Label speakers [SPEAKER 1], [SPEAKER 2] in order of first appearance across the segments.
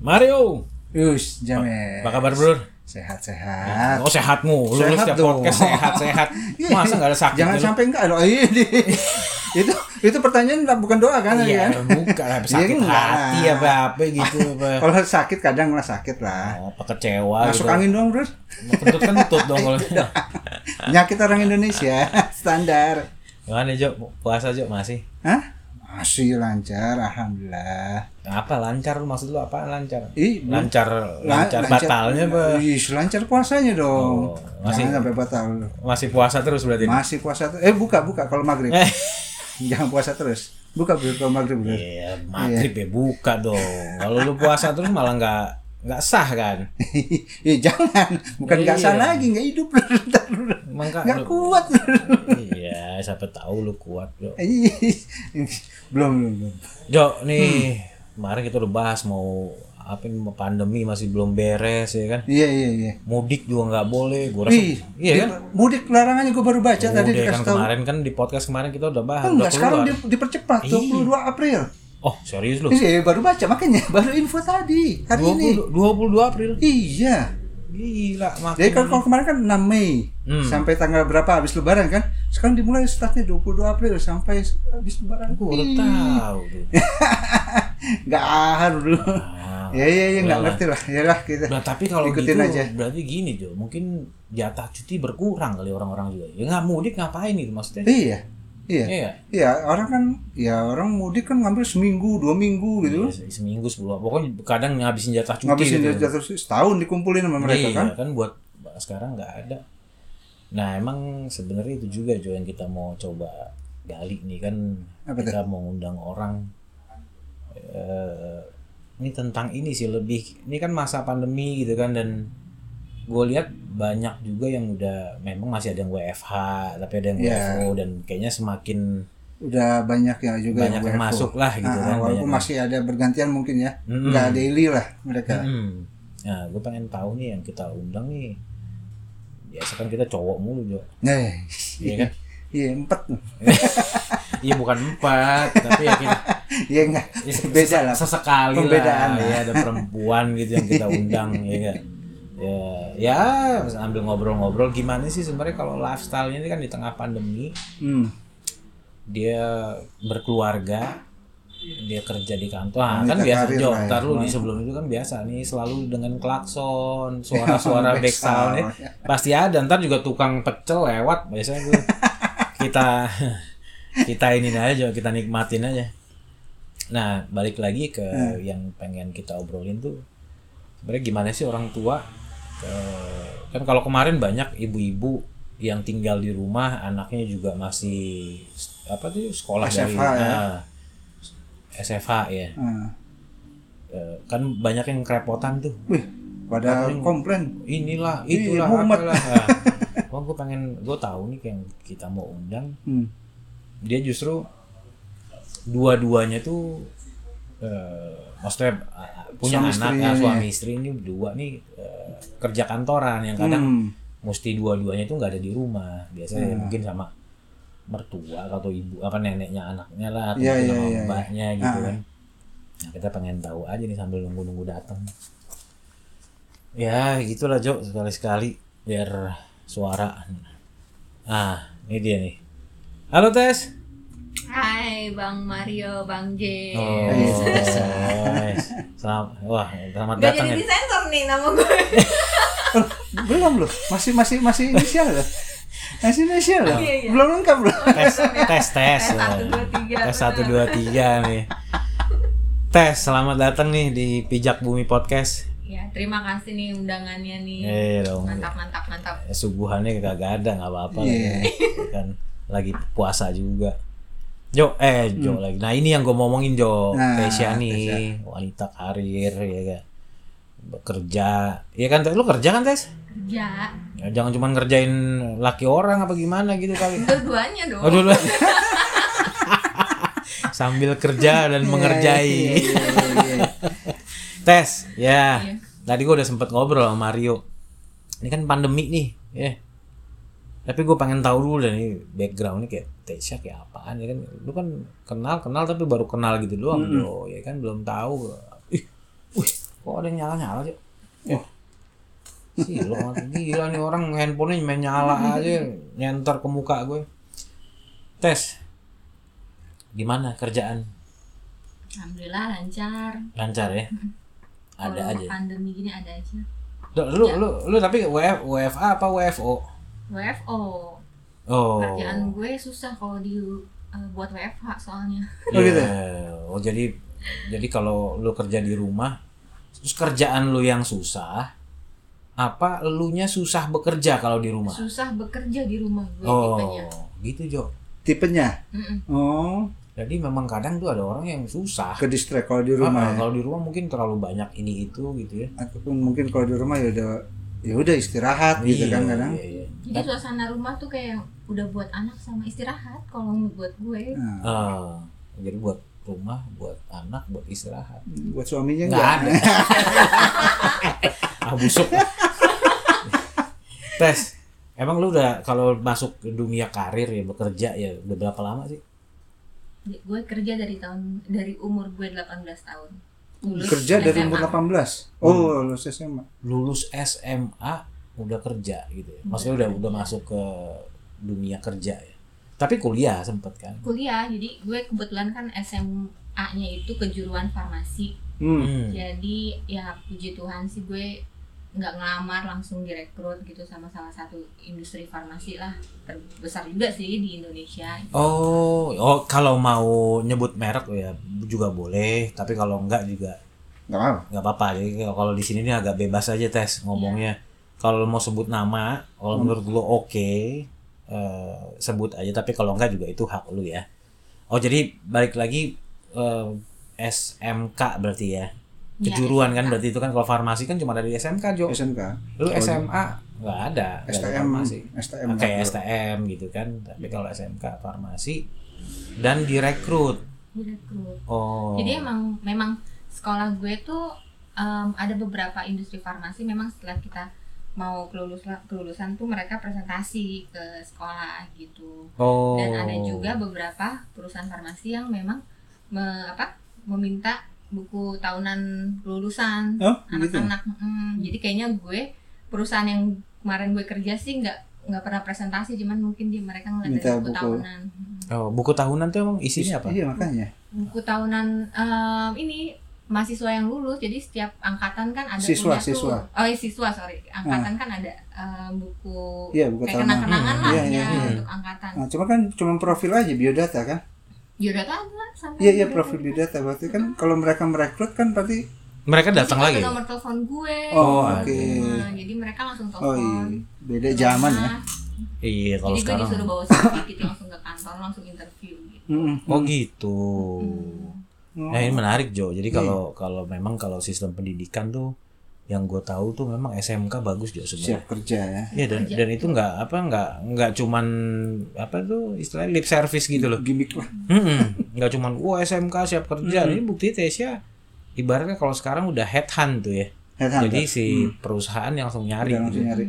[SPEAKER 1] Mario,
[SPEAKER 2] Yus, James.
[SPEAKER 1] apa kabar bro?
[SPEAKER 2] Sehat-sehat.
[SPEAKER 1] Oh sehat mulu, lu
[SPEAKER 2] Sehat
[SPEAKER 1] setiap
[SPEAKER 2] dong.
[SPEAKER 1] podcast sehat-sehat.
[SPEAKER 2] Iya.
[SPEAKER 1] Masa nggak ada sakit?
[SPEAKER 2] Jangan
[SPEAKER 1] lu?
[SPEAKER 2] sampai enggak loh. Iya, di- itu itu pertanyaan bukan doa kan? tadi
[SPEAKER 1] Iya,
[SPEAKER 2] kan?
[SPEAKER 1] bukan lah,
[SPEAKER 2] Iya,
[SPEAKER 1] sakit
[SPEAKER 2] enggak.
[SPEAKER 1] hati apa apa gitu apa.
[SPEAKER 2] Kalau sakit kadang lah sakit lah.
[SPEAKER 1] Oh, apa kecewa
[SPEAKER 2] Masuk
[SPEAKER 1] gitu.
[SPEAKER 2] angin Iya. doang, Bro.
[SPEAKER 1] Kentut kentut dong kalau.
[SPEAKER 2] Penyakit orang Indonesia standar.
[SPEAKER 1] Gimana Jo? Puasa Jo masih?
[SPEAKER 2] Hah? Masih lancar, alhamdulillah.
[SPEAKER 1] Apa lancar lu maksud lu apa lancar?
[SPEAKER 2] Ih, belum-
[SPEAKER 1] Lancar
[SPEAKER 2] La-
[SPEAKER 1] lancar batalnya apa?
[SPEAKER 2] Ih, lancar puasanya
[SPEAKER 1] Oh,
[SPEAKER 2] dong.
[SPEAKER 1] masih-
[SPEAKER 2] Jangan sampai batal.
[SPEAKER 1] Masih puasa terus berarti.
[SPEAKER 2] Iya. Masih puasa. ter- Eh, buka, buka kalau maghrib.
[SPEAKER 1] Eh.
[SPEAKER 2] Jangan puasa terus. Buka Bro, kalau maghrib, Bro.
[SPEAKER 1] Iya, maghrib ya buka dong. Kalau lu puasa terus malah nggak nggak sah kan?
[SPEAKER 2] ya jangan bukan nggak
[SPEAKER 1] Iya.
[SPEAKER 2] sah lagi nggak hidup lu ntar lu.
[SPEAKER 1] Mangka
[SPEAKER 2] nggak
[SPEAKER 1] lu-
[SPEAKER 2] kuat lu.
[SPEAKER 1] Iya, siapa tahu lu kuat, Jo.
[SPEAKER 2] Ih, belum belum belum
[SPEAKER 1] Jo,
[SPEAKER 2] Hmm.
[SPEAKER 1] nih kemarin kita udah bahas mau apa ini, pandemi masih belum beres ya kan.
[SPEAKER 2] iya iya iya
[SPEAKER 1] Mudik juga nggak boleh, gua rasa.
[SPEAKER 2] Wih,
[SPEAKER 1] iya
[SPEAKER 2] di-
[SPEAKER 1] kan?
[SPEAKER 2] mudik larangannya gue baru baca tadi
[SPEAKER 1] Udah kan
[SPEAKER 2] dikasih tahu
[SPEAKER 1] kemarin kan di podcast kemarin kita udah bahas. udah
[SPEAKER 2] enggak sekarang
[SPEAKER 1] keluar.
[SPEAKER 2] di, dipercepat 22 April
[SPEAKER 1] Oh, serius lu?
[SPEAKER 2] iya baru baca makanya baru info tadi hari ini
[SPEAKER 1] 20, 22 April.
[SPEAKER 2] iya
[SPEAKER 1] Gila, makin
[SPEAKER 2] jadi kan kalau kemarin kan 6 Mei
[SPEAKER 1] Hmm.
[SPEAKER 2] sampai tanggal berapa habis lebaran kan sekarang dimulai startnya 22 April sampai habis lebaran
[SPEAKER 1] gua baru
[SPEAKER 2] Ih,
[SPEAKER 1] tahu. tuh.
[SPEAKER 2] nggak ahar dulu
[SPEAKER 1] Ah.
[SPEAKER 2] ya ya ya nggak ngerti lah ya lah kita
[SPEAKER 1] Nah, tapi kalau
[SPEAKER 2] ikutin
[SPEAKER 1] gitu
[SPEAKER 2] aja
[SPEAKER 1] berarti gini, Jo. Mungkin jatah cuti berkurang kali orang-orang juga. Ya nggak mudik ngapain itu maksudnya?
[SPEAKER 2] iya iya
[SPEAKER 1] Iya. ya?
[SPEAKER 2] iya orang kan ya orang mudik kan ngambil seminggu dua minggu gitu
[SPEAKER 1] Iya, se- seminggu sebelum pokoknya kadang ngabisin jatah cuti
[SPEAKER 2] ngabisin
[SPEAKER 1] gitu.
[SPEAKER 2] jatah terus setahun dikumpulin sama mereka
[SPEAKER 1] Iya,
[SPEAKER 2] kan
[SPEAKER 1] buat sekarang nggak ada. Nah emang sebenarnya itu juga Jo yang kita mau coba gali nih kan
[SPEAKER 2] Apa
[SPEAKER 1] kita mau ngundang orang. eh, ini tentang ini sih lebih ini kan masa pandemi gitu kan dan gue lihat banyak juga yang udah memang masih ada yang WFH tapi ada yang
[SPEAKER 2] Iya.
[SPEAKER 1] WFO dan kayaknya semakin
[SPEAKER 2] udah banyak ya juga
[SPEAKER 1] banyak yang
[SPEAKER 2] WFO.
[SPEAKER 1] masuk lah gitu
[SPEAKER 2] Ah,
[SPEAKER 1] kan banyak
[SPEAKER 2] walaupun masih ada bergantian mungkin ya
[SPEAKER 1] Mm-mm.
[SPEAKER 2] nggak daily lah mereka
[SPEAKER 1] Mm-mm. Nah, gue pengen tahu nih yang kita undang nih. Biasa kan kita cowok mulu, Jo.
[SPEAKER 2] nah
[SPEAKER 1] Iya kan?
[SPEAKER 2] iya empat
[SPEAKER 1] Iya bukan empat, tapi ya kita
[SPEAKER 2] iya enggak
[SPEAKER 1] ya se-
[SPEAKER 2] beda lah
[SPEAKER 1] sesekali lah.
[SPEAKER 2] Pembedaan lah.
[SPEAKER 1] Ya, ada perempuan gitu yang kita undang, ya kan? Ya, ya ambil ngobrol-ngobrol gimana sih sebenarnya kalau lifestyle-nya ini kan di tengah pandemi,
[SPEAKER 2] hmm.
[SPEAKER 1] dia berkeluarga, dia kerja di kantor. Ah,
[SPEAKER 2] Wanita
[SPEAKER 1] kan biasa
[SPEAKER 2] karir
[SPEAKER 1] Jo,
[SPEAKER 2] lah ya.
[SPEAKER 1] ntar lu di sebelum itu kan biasa nih selalu dengan klakson, suara-suara back sound ya. pasti ada ntar juga tukang pecel lewat biasanya gue kita kita ini aja kita nikmatin aja nah balik lagi ke yang pengen kita obrolin tuh sebenarnya gimana sih orang tua eh, kan kalau kemarin banyak ibu-ibu yang tinggal di rumah anaknya juga masih apa tuh sekolah dari
[SPEAKER 2] SFH ya.
[SPEAKER 1] ah, SFH ya
[SPEAKER 2] Ah.
[SPEAKER 1] Eh, kan banyak yang kerepotan tuh
[SPEAKER 2] wih pada komplain
[SPEAKER 1] inilah
[SPEAKER 2] Iya,
[SPEAKER 1] itulah
[SPEAKER 2] mumet.
[SPEAKER 1] apalah Nah, wah gue pengen gue tahu nih yang kita mau undang
[SPEAKER 2] hmm.
[SPEAKER 1] dia justru dua-duanya tuh eh, maksudnya eh, punya
[SPEAKER 2] Suami
[SPEAKER 1] anak
[SPEAKER 2] istri,
[SPEAKER 1] ya,
[SPEAKER 2] iya.
[SPEAKER 1] suami istri ini dua nih eh, kerja kantoran yang kadang
[SPEAKER 2] Hmm.
[SPEAKER 1] mesti dua-duanya tuh nggak ada di rumah biasanya
[SPEAKER 2] Iya.
[SPEAKER 1] ya mungkin sama mertua atau ibu apa neneknya anaknya lah atau
[SPEAKER 2] Iya,
[SPEAKER 1] mungkin
[SPEAKER 2] iya,
[SPEAKER 1] sama
[SPEAKER 2] iya, iya.
[SPEAKER 1] mbaknya gitu
[SPEAKER 2] Ah.
[SPEAKER 1] kan nah kita pengen tahu aja nih sambil nunggu-nunggu datang ya gitulah Jo sekali-sekali biar suara ah ini dia nih halo Tes
[SPEAKER 3] Hai Bang Mario, Bang J.
[SPEAKER 1] oh guys. Oh, selamat wah selamat
[SPEAKER 3] Gak
[SPEAKER 1] datang
[SPEAKER 3] jadi
[SPEAKER 1] ya
[SPEAKER 3] disensor nih nama gue.
[SPEAKER 2] Oh, belum loh masih masih masih inisial loh masih inisial loh
[SPEAKER 3] Iya, iya.
[SPEAKER 2] belum lengkap loh
[SPEAKER 1] tes tes tes
[SPEAKER 3] Tes satu, dua, tiga,
[SPEAKER 1] tes satu dua tiga nih tes selamat datang nih di pijak bumi podcast
[SPEAKER 3] ya terima kasih nih undangannya nih.
[SPEAKER 1] eh dong
[SPEAKER 3] Mantap, mantap, mantap.
[SPEAKER 1] Eh, subuhannya kagak ada nggak apa-apa
[SPEAKER 2] Iya.
[SPEAKER 1] lagi kan lagi puasa juga Jo, eh Jo lagi. Nah ini yang gue mau ngomongin Jo,
[SPEAKER 2] Hmm. Nah,
[SPEAKER 1] Tesya nih, wanita karir ya kan, bekerja, ya kan, Tes? lu kerja kan Tes?
[SPEAKER 3] Kerja.
[SPEAKER 1] Ya, jangan cuma ngerjain laki orang apa gimana gitu kali.
[SPEAKER 3] Dua-duanya dong.
[SPEAKER 1] Aduh, aduh. Sambil kerja dan
[SPEAKER 2] Iya,
[SPEAKER 1] mengerjai.
[SPEAKER 2] iya, iya, iya.
[SPEAKER 1] Tes, ya.
[SPEAKER 3] Iya.
[SPEAKER 1] Tadi gue udah sempet ngobrol sama Mario. Ini kan pandemi nih, ya. Tapi gue pengen tahu dulu dan ini backgroundnya kayak Tesya kayak apaan ya kan? Lu kan kenal kenal tapi baru kenal gitu doang, bro. Ya kan belum tahu. Ih, wih, Kok ada yang nyala-nyala, Cok?
[SPEAKER 2] Wah.
[SPEAKER 1] Sih, lo gila nih orang handphonenya main nyala aja, nyenter ke muka gue. Tes. Gimana kerjaan?
[SPEAKER 3] Alhamdulillah lancar.
[SPEAKER 1] Lancar ya? Ada
[SPEAKER 3] Kalau
[SPEAKER 1] aja.
[SPEAKER 3] Pandemi gini ada aja.
[SPEAKER 1] Duh, Lu,
[SPEAKER 3] Ya.
[SPEAKER 1] lu, lu tapi WF, WFA apa WFO?
[SPEAKER 3] WFO.
[SPEAKER 1] Oh.
[SPEAKER 3] Kerjaan gue susah kalau di eh, buat WFH soalnya.
[SPEAKER 2] Oh, gitu ya?
[SPEAKER 1] Iya. Oh, jadi jadi kalau lu kerja di rumah terus kerjaan lu yang susah apa elunya susah bekerja kalau di rumah?
[SPEAKER 3] Susah iya, bekerja di rumah gue
[SPEAKER 1] Oh,
[SPEAKER 3] tipenya.
[SPEAKER 1] gitu Jo.
[SPEAKER 2] tipenya
[SPEAKER 3] Mm-mm.
[SPEAKER 2] oh
[SPEAKER 1] Jadi memang kadang tuh ada orang yang susah.
[SPEAKER 2] ke distract kalau di
[SPEAKER 1] Ah,
[SPEAKER 2] rumah ya.
[SPEAKER 1] Kalau di rumah mungkin terlalu banyak ini itu gitu ya.
[SPEAKER 2] aku pun mungkin kalau di rumah ya udah ya udah istirahat gitu
[SPEAKER 1] Iya,
[SPEAKER 2] kan kadang
[SPEAKER 1] iya, iya.
[SPEAKER 3] Jadi suasana rumah tuh kayak udah buat anak sama istirahat kalau buat gue.
[SPEAKER 2] Nah,
[SPEAKER 1] Ah, jadi buat rumah, buat anak, buat istirahat.
[SPEAKER 2] buat
[SPEAKER 1] Nggak
[SPEAKER 2] suaminya enggak
[SPEAKER 1] ada. ah busuk. Tes. Emang lu udah kalau masuk ke dunia karir ya bekerja ya udah berapa lama sih?
[SPEAKER 3] Gue kerja dari tahun dari umur gue 18 tahun. Lulus
[SPEAKER 2] kerja dari
[SPEAKER 3] SMA.
[SPEAKER 2] umur 18 oh
[SPEAKER 1] Hmm.
[SPEAKER 2] lulus SMA
[SPEAKER 1] Lulus SMA udah kerja gitu ya. Maksudnya udah udah masuk ke dunia kerja ya. Tapi kuliah sempet kan.
[SPEAKER 3] kuliah jadi gue kebetulan kan SMA-nya itu kejuruan farmasi
[SPEAKER 2] hmm.
[SPEAKER 1] Hmm.
[SPEAKER 3] jadi ya puji Tuhan sih gue nggak ngelamar langsung direkrut gitu sama salah satu industri farmasi lah terbesar juga sih di Indonesia
[SPEAKER 1] Oh, oh kalau mau nyebut merek ya juga boleh, tapi kalau enggak juga
[SPEAKER 2] nggak apa
[SPEAKER 1] nggak apa-apa jadi kalau- kalau di sini nih agak bebas aja tes ngomongnya kalau lo mau sebut nama kalau menurut lo oke eh, sebut aja tapi kalau enggak juga itu hak lo ya oh jadi balik lagi eh, SMK berarti ya
[SPEAKER 3] Iya,
[SPEAKER 1] kejuruan kan
[SPEAKER 3] SMK.
[SPEAKER 1] berarti itu kan kalau farmasi kan cuma dari SMK Jo
[SPEAKER 2] SMK
[SPEAKER 1] lu
[SPEAKER 2] Kalau
[SPEAKER 1] SMA nggak ada nggak ada
[SPEAKER 2] STM
[SPEAKER 1] farmasi
[SPEAKER 2] STM
[SPEAKER 1] kayak STM gitu kan tapi kalau SMK farmasi dan direkrut
[SPEAKER 3] direkrut
[SPEAKER 1] oh
[SPEAKER 3] jadi emang memang sekolah gue tuh em, ada beberapa industri farmasi memang setelah kita mau kelulus kelulusan tuh mereka presentasi ke sekolah gitu
[SPEAKER 1] oh
[SPEAKER 3] dan ada juga beberapa perusahaan farmasi yang memang me- apa meminta buku tahunan lulusan
[SPEAKER 2] oh gitu
[SPEAKER 3] anak-anak Mm, jadi kayaknya gue perusahaan yang kemarin gue kerja sih nggak nggak pernah presentasi cuman mungkin di mereka ngeliat dari
[SPEAKER 2] Minta
[SPEAKER 3] buku,
[SPEAKER 2] buku.
[SPEAKER 3] tahunan
[SPEAKER 1] Oh, buku tahunan tuh emang isinya apa
[SPEAKER 2] iya makanya
[SPEAKER 3] buku tahunan em, ini mahasiswa yang lulus jadi setiap angkatan kan ada
[SPEAKER 2] Siswa,
[SPEAKER 3] punya tuh-
[SPEAKER 2] siswa. Ah.
[SPEAKER 3] oh iya, siswa sorry angkatan kan ada em, buku
[SPEAKER 2] iya bukan
[SPEAKER 3] kayak kenang-kenangan
[SPEAKER 1] Hmm,
[SPEAKER 3] lah
[SPEAKER 2] iya,
[SPEAKER 3] ya,
[SPEAKER 2] iya,
[SPEAKER 1] iya.
[SPEAKER 3] untuk angkatan Ya,
[SPEAKER 2] Nah, cuma kan cuma profil aja biodata kan?
[SPEAKER 3] biodata ada sampai
[SPEAKER 2] Iya iya
[SPEAKER 3] biodata
[SPEAKER 2] profil
[SPEAKER 3] kita.
[SPEAKER 2] biodata berarti kan kalau mereka merekrut kan berarti
[SPEAKER 1] mereka datang
[SPEAKER 3] Terus
[SPEAKER 1] lagi
[SPEAKER 3] ada nomor telepon gue
[SPEAKER 2] oh,
[SPEAKER 1] Oh,
[SPEAKER 2] oke.
[SPEAKER 3] Nah, jadi mereka langsung telepon
[SPEAKER 2] Oh iya beda zaman ya.
[SPEAKER 3] Nah,
[SPEAKER 1] Iya kalau
[SPEAKER 3] jadi gue
[SPEAKER 1] sekarang.
[SPEAKER 3] disuruh bawa sedikit langsung ke kantor langsung interview gitu
[SPEAKER 2] Mm-mm.
[SPEAKER 1] Oh gitu.
[SPEAKER 2] Oh.
[SPEAKER 1] Nah ini menarik Jo. Jadi kalau kalau memang kalau sistem pendidikan tuh yang gue tahu tuh memang SMK bagus Jo sebenarnya.
[SPEAKER 2] siap kerja ya.
[SPEAKER 1] Iya dan, dan itu nggak apa nggak nggak cuman apa tuh istilahnya lip service gitu loh.
[SPEAKER 2] Gimik lah.
[SPEAKER 1] Mm-mm. Nggak cuman wah SMK siap kerja. Ini bukti Tesya ibaratnya kalau sekarang udah headhunt tuh ya.
[SPEAKER 2] Headhunter.
[SPEAKER 1] Jadi si perusahaan yang langsung nyari.
[SPEAKER 2] Hmm. Udah Mm. langsung
[SPEAKER 1] gitu.
[SPEAKER 2] nyari.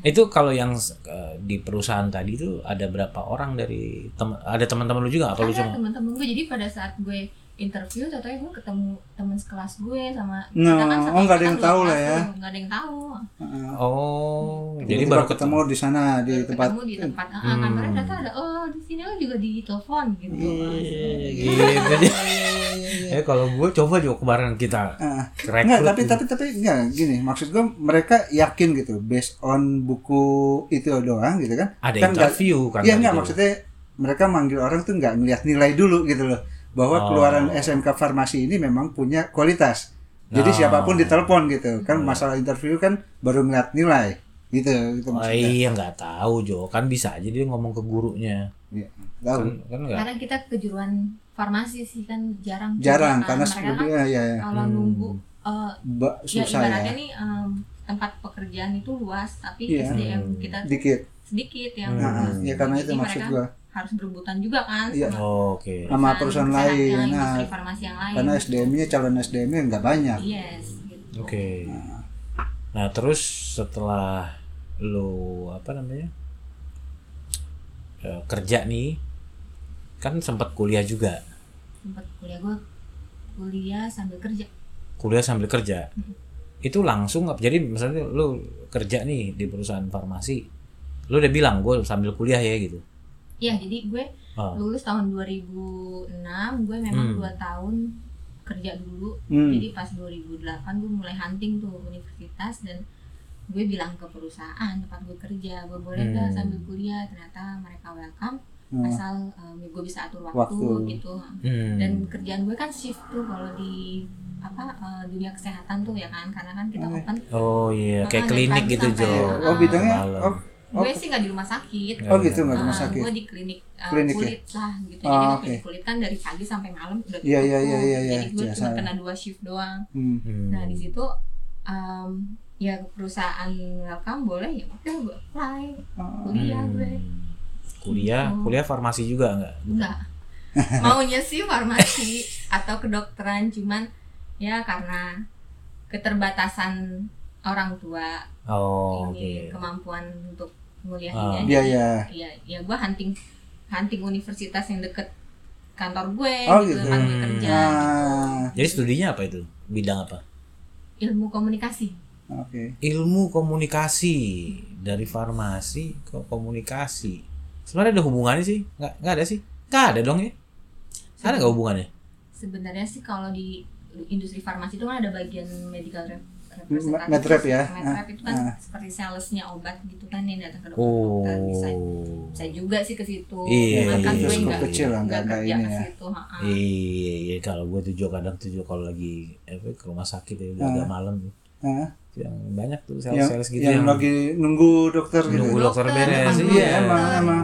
[SPEAKER 1] Itu kalau yang eh, di perusahaan tadi tuh ada berapa orang dari tem- ada teman-teman lu juga apa lu
[SPEAKER 3] ada
[SPEAKER 1] cuma?
[SPEAKER 3] teman-teman gue jadi pada saat gue interview ternyata gue ketemu teman sekelas gue sama
[SPEAKER 2] No,
[SPEAKER 3] kita kan satu
[SPEAKER 2] oh, nggak ada
[SPEAKER 3] angkatan,
[SPEAKER 2] yang
[SPEAKER 3] dua
[SPEAKER 2] tahu lah
[SPEAKER 3] kelas
[SPEAKER 2] ya.
[SPEAKER 3] tuh, nggak ada yang tahu
[SPEAKER 2] Heeh.
[SPEAKER 1] Oh, jadi
[SPEAKER 2] Tiba-tiba
[SPEAKER 1] baru
[SPEAKER 2] ketemu
[SPEAKER 1] ketemu.
[SPEAKER 2] di sana di
[SPEAKER 3] Baru
[SPEAKER 2] tempat hmm.
[SPEAKER 3] ketemu di tempat ah, ah, kantornya ternyata ada oh di sini lo juga di telepon gitu
[SPEAKER 1] Iya, gitu aja.
[SPEAKER 2] iya.
[SPEAKER 1] Eh kalau gue coba juga kemarin kita
[SPEAKER 2] Heeh.
[SPEAKER 1] rekrut. gitu.
[SPEAKER 2] Ah. Enggak, tapi tapi tapi enggak gini. Maksud gue mereka yakin gitu based on buku itu doang gitu kan.
[SPEAKER 1] ada
[SPEAKER 2] kan nggak-
[SPEAKER 1] interview kan?
[SPEAKER 2] Iya enggak
[SPEAKER 1] gitu.
[SPEAKER 2] maksudnya mereka manggil orang tuh enggak ngelihat nilai dulu gitu loh. Bahwa
[SPEAKER 1] Oh.
[SPEAKER 2] keluaran SMK Farmasi ini memang punya kualitas.
[SPEAKER 1] Nah.
[SPEAKER 2] Jadi siapapun ditelepon gitu. Kan masalah interview kan baru ngeliat nilai. Gitu gitu
[SPEAKER 1] Oh,
[SPEAKER 2] maksudnya.
[SPEAKER 1] iya nggak tahu Jo kan bisa aja dia ngomong ke gurunya
[SPEAKER 2] Iya. Tahu.
[SPEAKER 1] kan kan nggak
[SPEAKER 3] karena kita kejuruan farmasi sih kan jarang
[SPEAKER 2] Jarang
[SPEAKER 3] juga kan.
[SPEAKER 2] karena
[SPEAKER 3] mereka
[SPEAKER 2] sebelumnya
[SPEAKER 3] kan
[SPEAKER 2] ya, ya, ya.
[SPEAKER 3] kalau
[SPEAKER 1] Hmm.
[SPEAKER 3] nunggu eh,
[SPEAKER 2] Ba- susah
[SPEAKER 3] ya
[SPEAKER 2] ya.
[SPEAKER 3] ibaratnya nih em, tempat pekerjaan itu luas tapi
[SPEAKER 2] Iya.
[SPEAKER 3] SDM
[SPEAKER 1] Hmm.
[SPEAKER 3] kita tuh
[SPEAKER 2] Dikit.
[SPEAKER 3] sedikit yang
[SPEAKER 1] Hmm.
[SPEAKER 2] Nah,
[SPEAKER 3] harus
[SPEAKER 2] ya karena itu
[SPEAKER 3] dimiliki.
[SPEAKER 2] maksud
[SPEAKER 3] gitu. Mereka
[SPEAKER 2] gua.
[SPEAKER 3] harus berebutan juga kan
[SPEAKER 2] Iya.
[SPEAKER 3] sama
[SPEAKER 1] Oh, Oke.
[SPEAKER 2] Sama perusahaan lain.
[SPEAKER 3] yang
[SPEAKER 2] Nah,
[SPEAKER 3] industri farmasi yang lain
[SPEAKER 2] karena SDM-nya calon SDM-nya enggak banyak.
[SPEAKER 3] yes gitu.
[SPEAKER 1] Oke. Nah terus setelah lo apa namanya eh, kerja nih kan sempat kuliah juga.
[SPEAKER 3] sempat kuliah gue kuliah sambil kerja
[SPEAKER 1] kuliah sambil kerja
[SPEAKER 3] Mm-hmm.
[SPEAKER 1] itu langsung nggak- jadi misalnya lu kerja nih di perusahaan farmasi lu udah bilang gue sambil kuliah ya gitu
[SPEAKER 3] Iya, jadi gue
[SPEAKER 1] Ah.
[SPEAKER 3] lulus tahun 2006, gue memang
[SPEAKER 1] Hmm.
[SPEAKER 3] dua tahun kerja dulu.
[SPEAKER 2] Hmm.
[SPEAKER 3] Jadi pas 2008 gue mulai hunting tuh universitas dan gue bilang ke perusahaan tempat gue kerja, gue boleh nggak
[SPEAKER 1] Hmm.
[SPEAKER 3] sambil kuliah. Ternyata mereka welcome,
[SPEAKER 2] Hmm.
[SPEAKER 3] asal um, gue bisa atur waktu,
[SPEAKER 2] Waktu.
[SPEAKER 3] gitu.
[SPEAKER 1] Hmm.
[SPEAKER 3] Dan kerjaan gue kan shift tuh kalau di apa uh, dunia kesehatan tuh ya kan, karena kan kita
[SPEAKER 2] Oh, iya.
[SPEAKER 3] open.
[SPEAKER 1] oh iya
[SPEAKER 3] Ah,
[SPEAKER 1] kayak
[SPEAKER 3] dari
[SPEAKER 1] klinik
[SPEAKER 3] pagi
[SPEAKER 1] gitu
[SPEAKER 3] sampai-
[SPEAKER 1] Jo
[SPEAKER 2] Oh, bidangnya-
[SPEAKER 1] Malam. Iya,
[SPEAKER 2] oh, Oh.
[SPEAKER 3] Gue sih nggak di rumah sakit.
[SPEAKER 1] Nggak
[SPEAKER 2] Oh gitu nggak
[SPEAKER 1] di
[SPEAKER 2] rumah
[SPEAKER 3] Ah,
[SPEAKER 2] sakit.
[SPEAKER 3] Gue di klinik, uh,
[SPEAKER 2] Klinik ya?
[SPEAKER 3] kulit lah gitu.
[SPEAKER 2] Ah,
[SPEAKER 3] Jadi gue
[SPEAKER 2] oke.
[SPEAKER 3] klinik kulit kan dari pagi sampai malam udah
[SPEAKER 2] Iya, iya,
[SPEAKER 3] tutup.
[SPEAKER 2] iya, iya, iya.
[SPEAKER 3] Jadi gue
[SPEAKER 2] Biasa.
[SPEAKER 3] cuma kena dua shift doang.
[SPEAKER 2] Hmm.
[SPEAKER 1] Hmm.
[SPEAKER 3] Nah di situ um, ya perusahaan welcome boleh ya udah gue apply
[SPEAKER 2] Oh.
[SPEAKER 3] kuliah
[SPEAKER 1] Hmm.
[SPEAKER 3] gue
[SPEAKER 1] kuliah
[SPEAKER 3] Gitu.
[SPEAKER 1] kuliah farmasi juga nggak
[SPEAKER 3] enggak maunya sih farmasi atau kedokteran cuman ya karena keterbatasan orang tua
[SPEAKER 1] oh oke
[SPEAKER 3] ini kemampuan untuk
[SPEAKER 1] Ah.
[SPEAKER 3] kuliahnya
[SPEAKER 2] Biaya.
[SPEAKER 3] ya ya gue hunting hunting universitas yang deket kantor gue
[SPEAKER 2] Oh, gitu.
[SPEAKER 3] tempat gue
[SPEAKER 1] Hmm.
[SPEAKER 3] kerja
[SPEAKER 2] Ah,
[SPEAKER 1] jadi studinya apa itu bidang apa
[SPEAKER 3] ilmu komunikasi
[SPEAKER 2] oke.
[SPEAKER 1] ilmu komunikasi dari farmasi ke komunikasi sebenarnya ada hubungannya sih nggak nggak ada sih nggak ada dong ya ada nggak hubungannya
[SPEAKER 3] sebenarnya sih kalau di industri farmasi itu kan ada bagian medical rep
[SPEAKER 2] Ma- med rep ya.
[SPEAKER 3] Medrep itu kan
[SPEAKER 2] Ah.
[SPEAKER 3] seperti salesnya obat gitu kan yang datang ke dokter
[SPEAKER 1] oh
[SPEAKER 3] dokter bisa bisa juga sih ke situ
[SPEAKER 1] Iya,
[SPEAKER 3] cuman kan
[SPEAKER 1] iya,
[SPEAKER 3] gue
[SPEAKER 1] iya.
[SPEAKER 3] nggak
[SPEAKER 2] Kecil lah, nggak
[SPEAKER 3] nggak
[SPEAKER 2] ada
[SPEAKER 3] kerja
[SPEAKER 2] ini
[SPEAKER 3] ke
[SPEAKER 2] ya.
[SPEAKER 3] situ ha-ha.
[SPEAKER 1] iya iya kalau gue tuh Jo kadang tuh Jo kalau lagi apa ke rumah sakit ya udah agak malam
[SPEAKER 2] Ah,
[SPEAKER 1] yang banyak tuh
[SPEAKER 2] yang,
[SPEAKER 1] sales-sales gitu
[SPEAKER 2] Iya. yang
[SPEAKER 1] yang,
[SPEAKER 2] lagi nunggu dokter gitu.
[SPEAKER 1] Nunggu. dokter beres,
[SPEAKER 3] depan
[SPEAKER 2] iya,
[SPEAKER 3] dokter,
[SPEAKER 2] emang,
[SPEAKER 3] iya.
[SPEAKER 2] emang.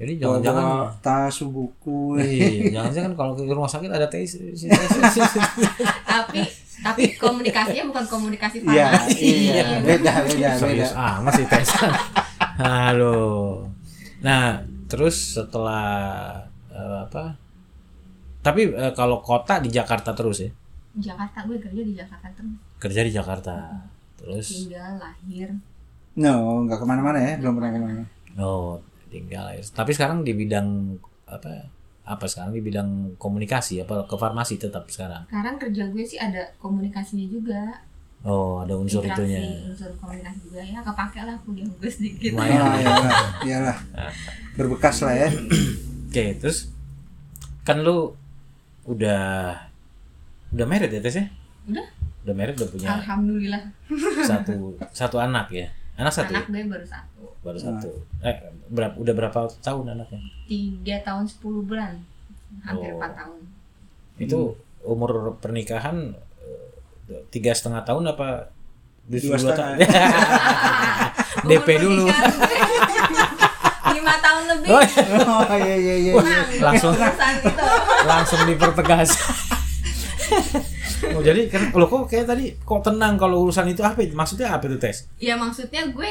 [SPEAKER 1] jadi
[SPEAKER 2] Bawa-
[SPEAKER 1] jangan-jangan
[SPEAKER 2] bawa tas buku.
[SPEAKER 1] iya jangan-jangan kalau ke rumah sakit ada tes
[SPEAKER 3] tapi tapi komunikasinya bukan komunikasi
[SPEAKER 2] Iya,
[SPEAKER 3] farmasi
[SPEAKER 2] iya. Beda, beda, beda.
[SPEAKER 1] Ah, serius amat sih Tyson halo nah terus setelah eh, apa tapi eh, kalau kota di Jakarta terus ya
[SPEAKER 3] Jakarta gue kerja di Jakarta terus
[SPEAKER 1] kerja di Jakarta terus
[SPEAKER 3] tinggal lahir
[SPEAKER 2] No, nggak kemana-mana ya, belum pernah kemana-mana.
[SPEAKER 1] oh tinggal ya. tapi sekarang di bidang apa apa sekarang di bidang komunikasi apa ke farmasi tetap sekarang
[SPEAKER 3] sekarang kerja gue sih ada komunikasinya juga
[SPEAKER 1] oh ada unsur
[SPEAKER 3] interaksi
[SPEAKER 1] itunya
[SPEAKER 3] unsur komunikasi juga ya kepake lah kuliah gue sedikit
[SPEAKER 1] Lumayan.
[SPEAKER 2] Ah, iyalah, iyalah. Berbekas lah ya.
[SPEAKER 1] oke terus kan lu udah udah married ya Tes ya
[SPEAKER 3] Udah.
[SPEAKER 1] udah married udah punya
[SPEAKER 3] alhamdulillah
[SPEAKER 1] satu satu anak ya anak satu
[SPEAKER 3] anak gue baru satu
[SPEAKER 1] baru satu eh berapa udah berapa tahun anaknya
[SPEAKER 3] tiga tahun 10 bulan hampir
[SPEAKER 1] Oh.
[SPEAKER 3] empat tahun
[SPEAKER 1] itu umur pernikahan eh, tiga setengah tahun apa
[SPEAKER 2] Dua
[SPEAKER 1] dua tahun
[SPEAKER 2] setengah.
[SPEAKER 1] DP dulu.
[SPEAKER 3] pernikahan. lima tahun lebih
[SPEAKER 1] Oh,
[SPEAKER 2] Oh, iya, iya, iya. iya.
[SPEAKER 3] Nah,
[SPEAKER 1] Langsung.
[SPEAKER 3] urusan gitu. itu
[SPEAKER 1] langsung dipertegas oh, jadi kan lo kok kayak tadi kok tenang kalau urusan itu apa maksudnya apa itu tes
[SPEAKER 3] ya maksudnya gue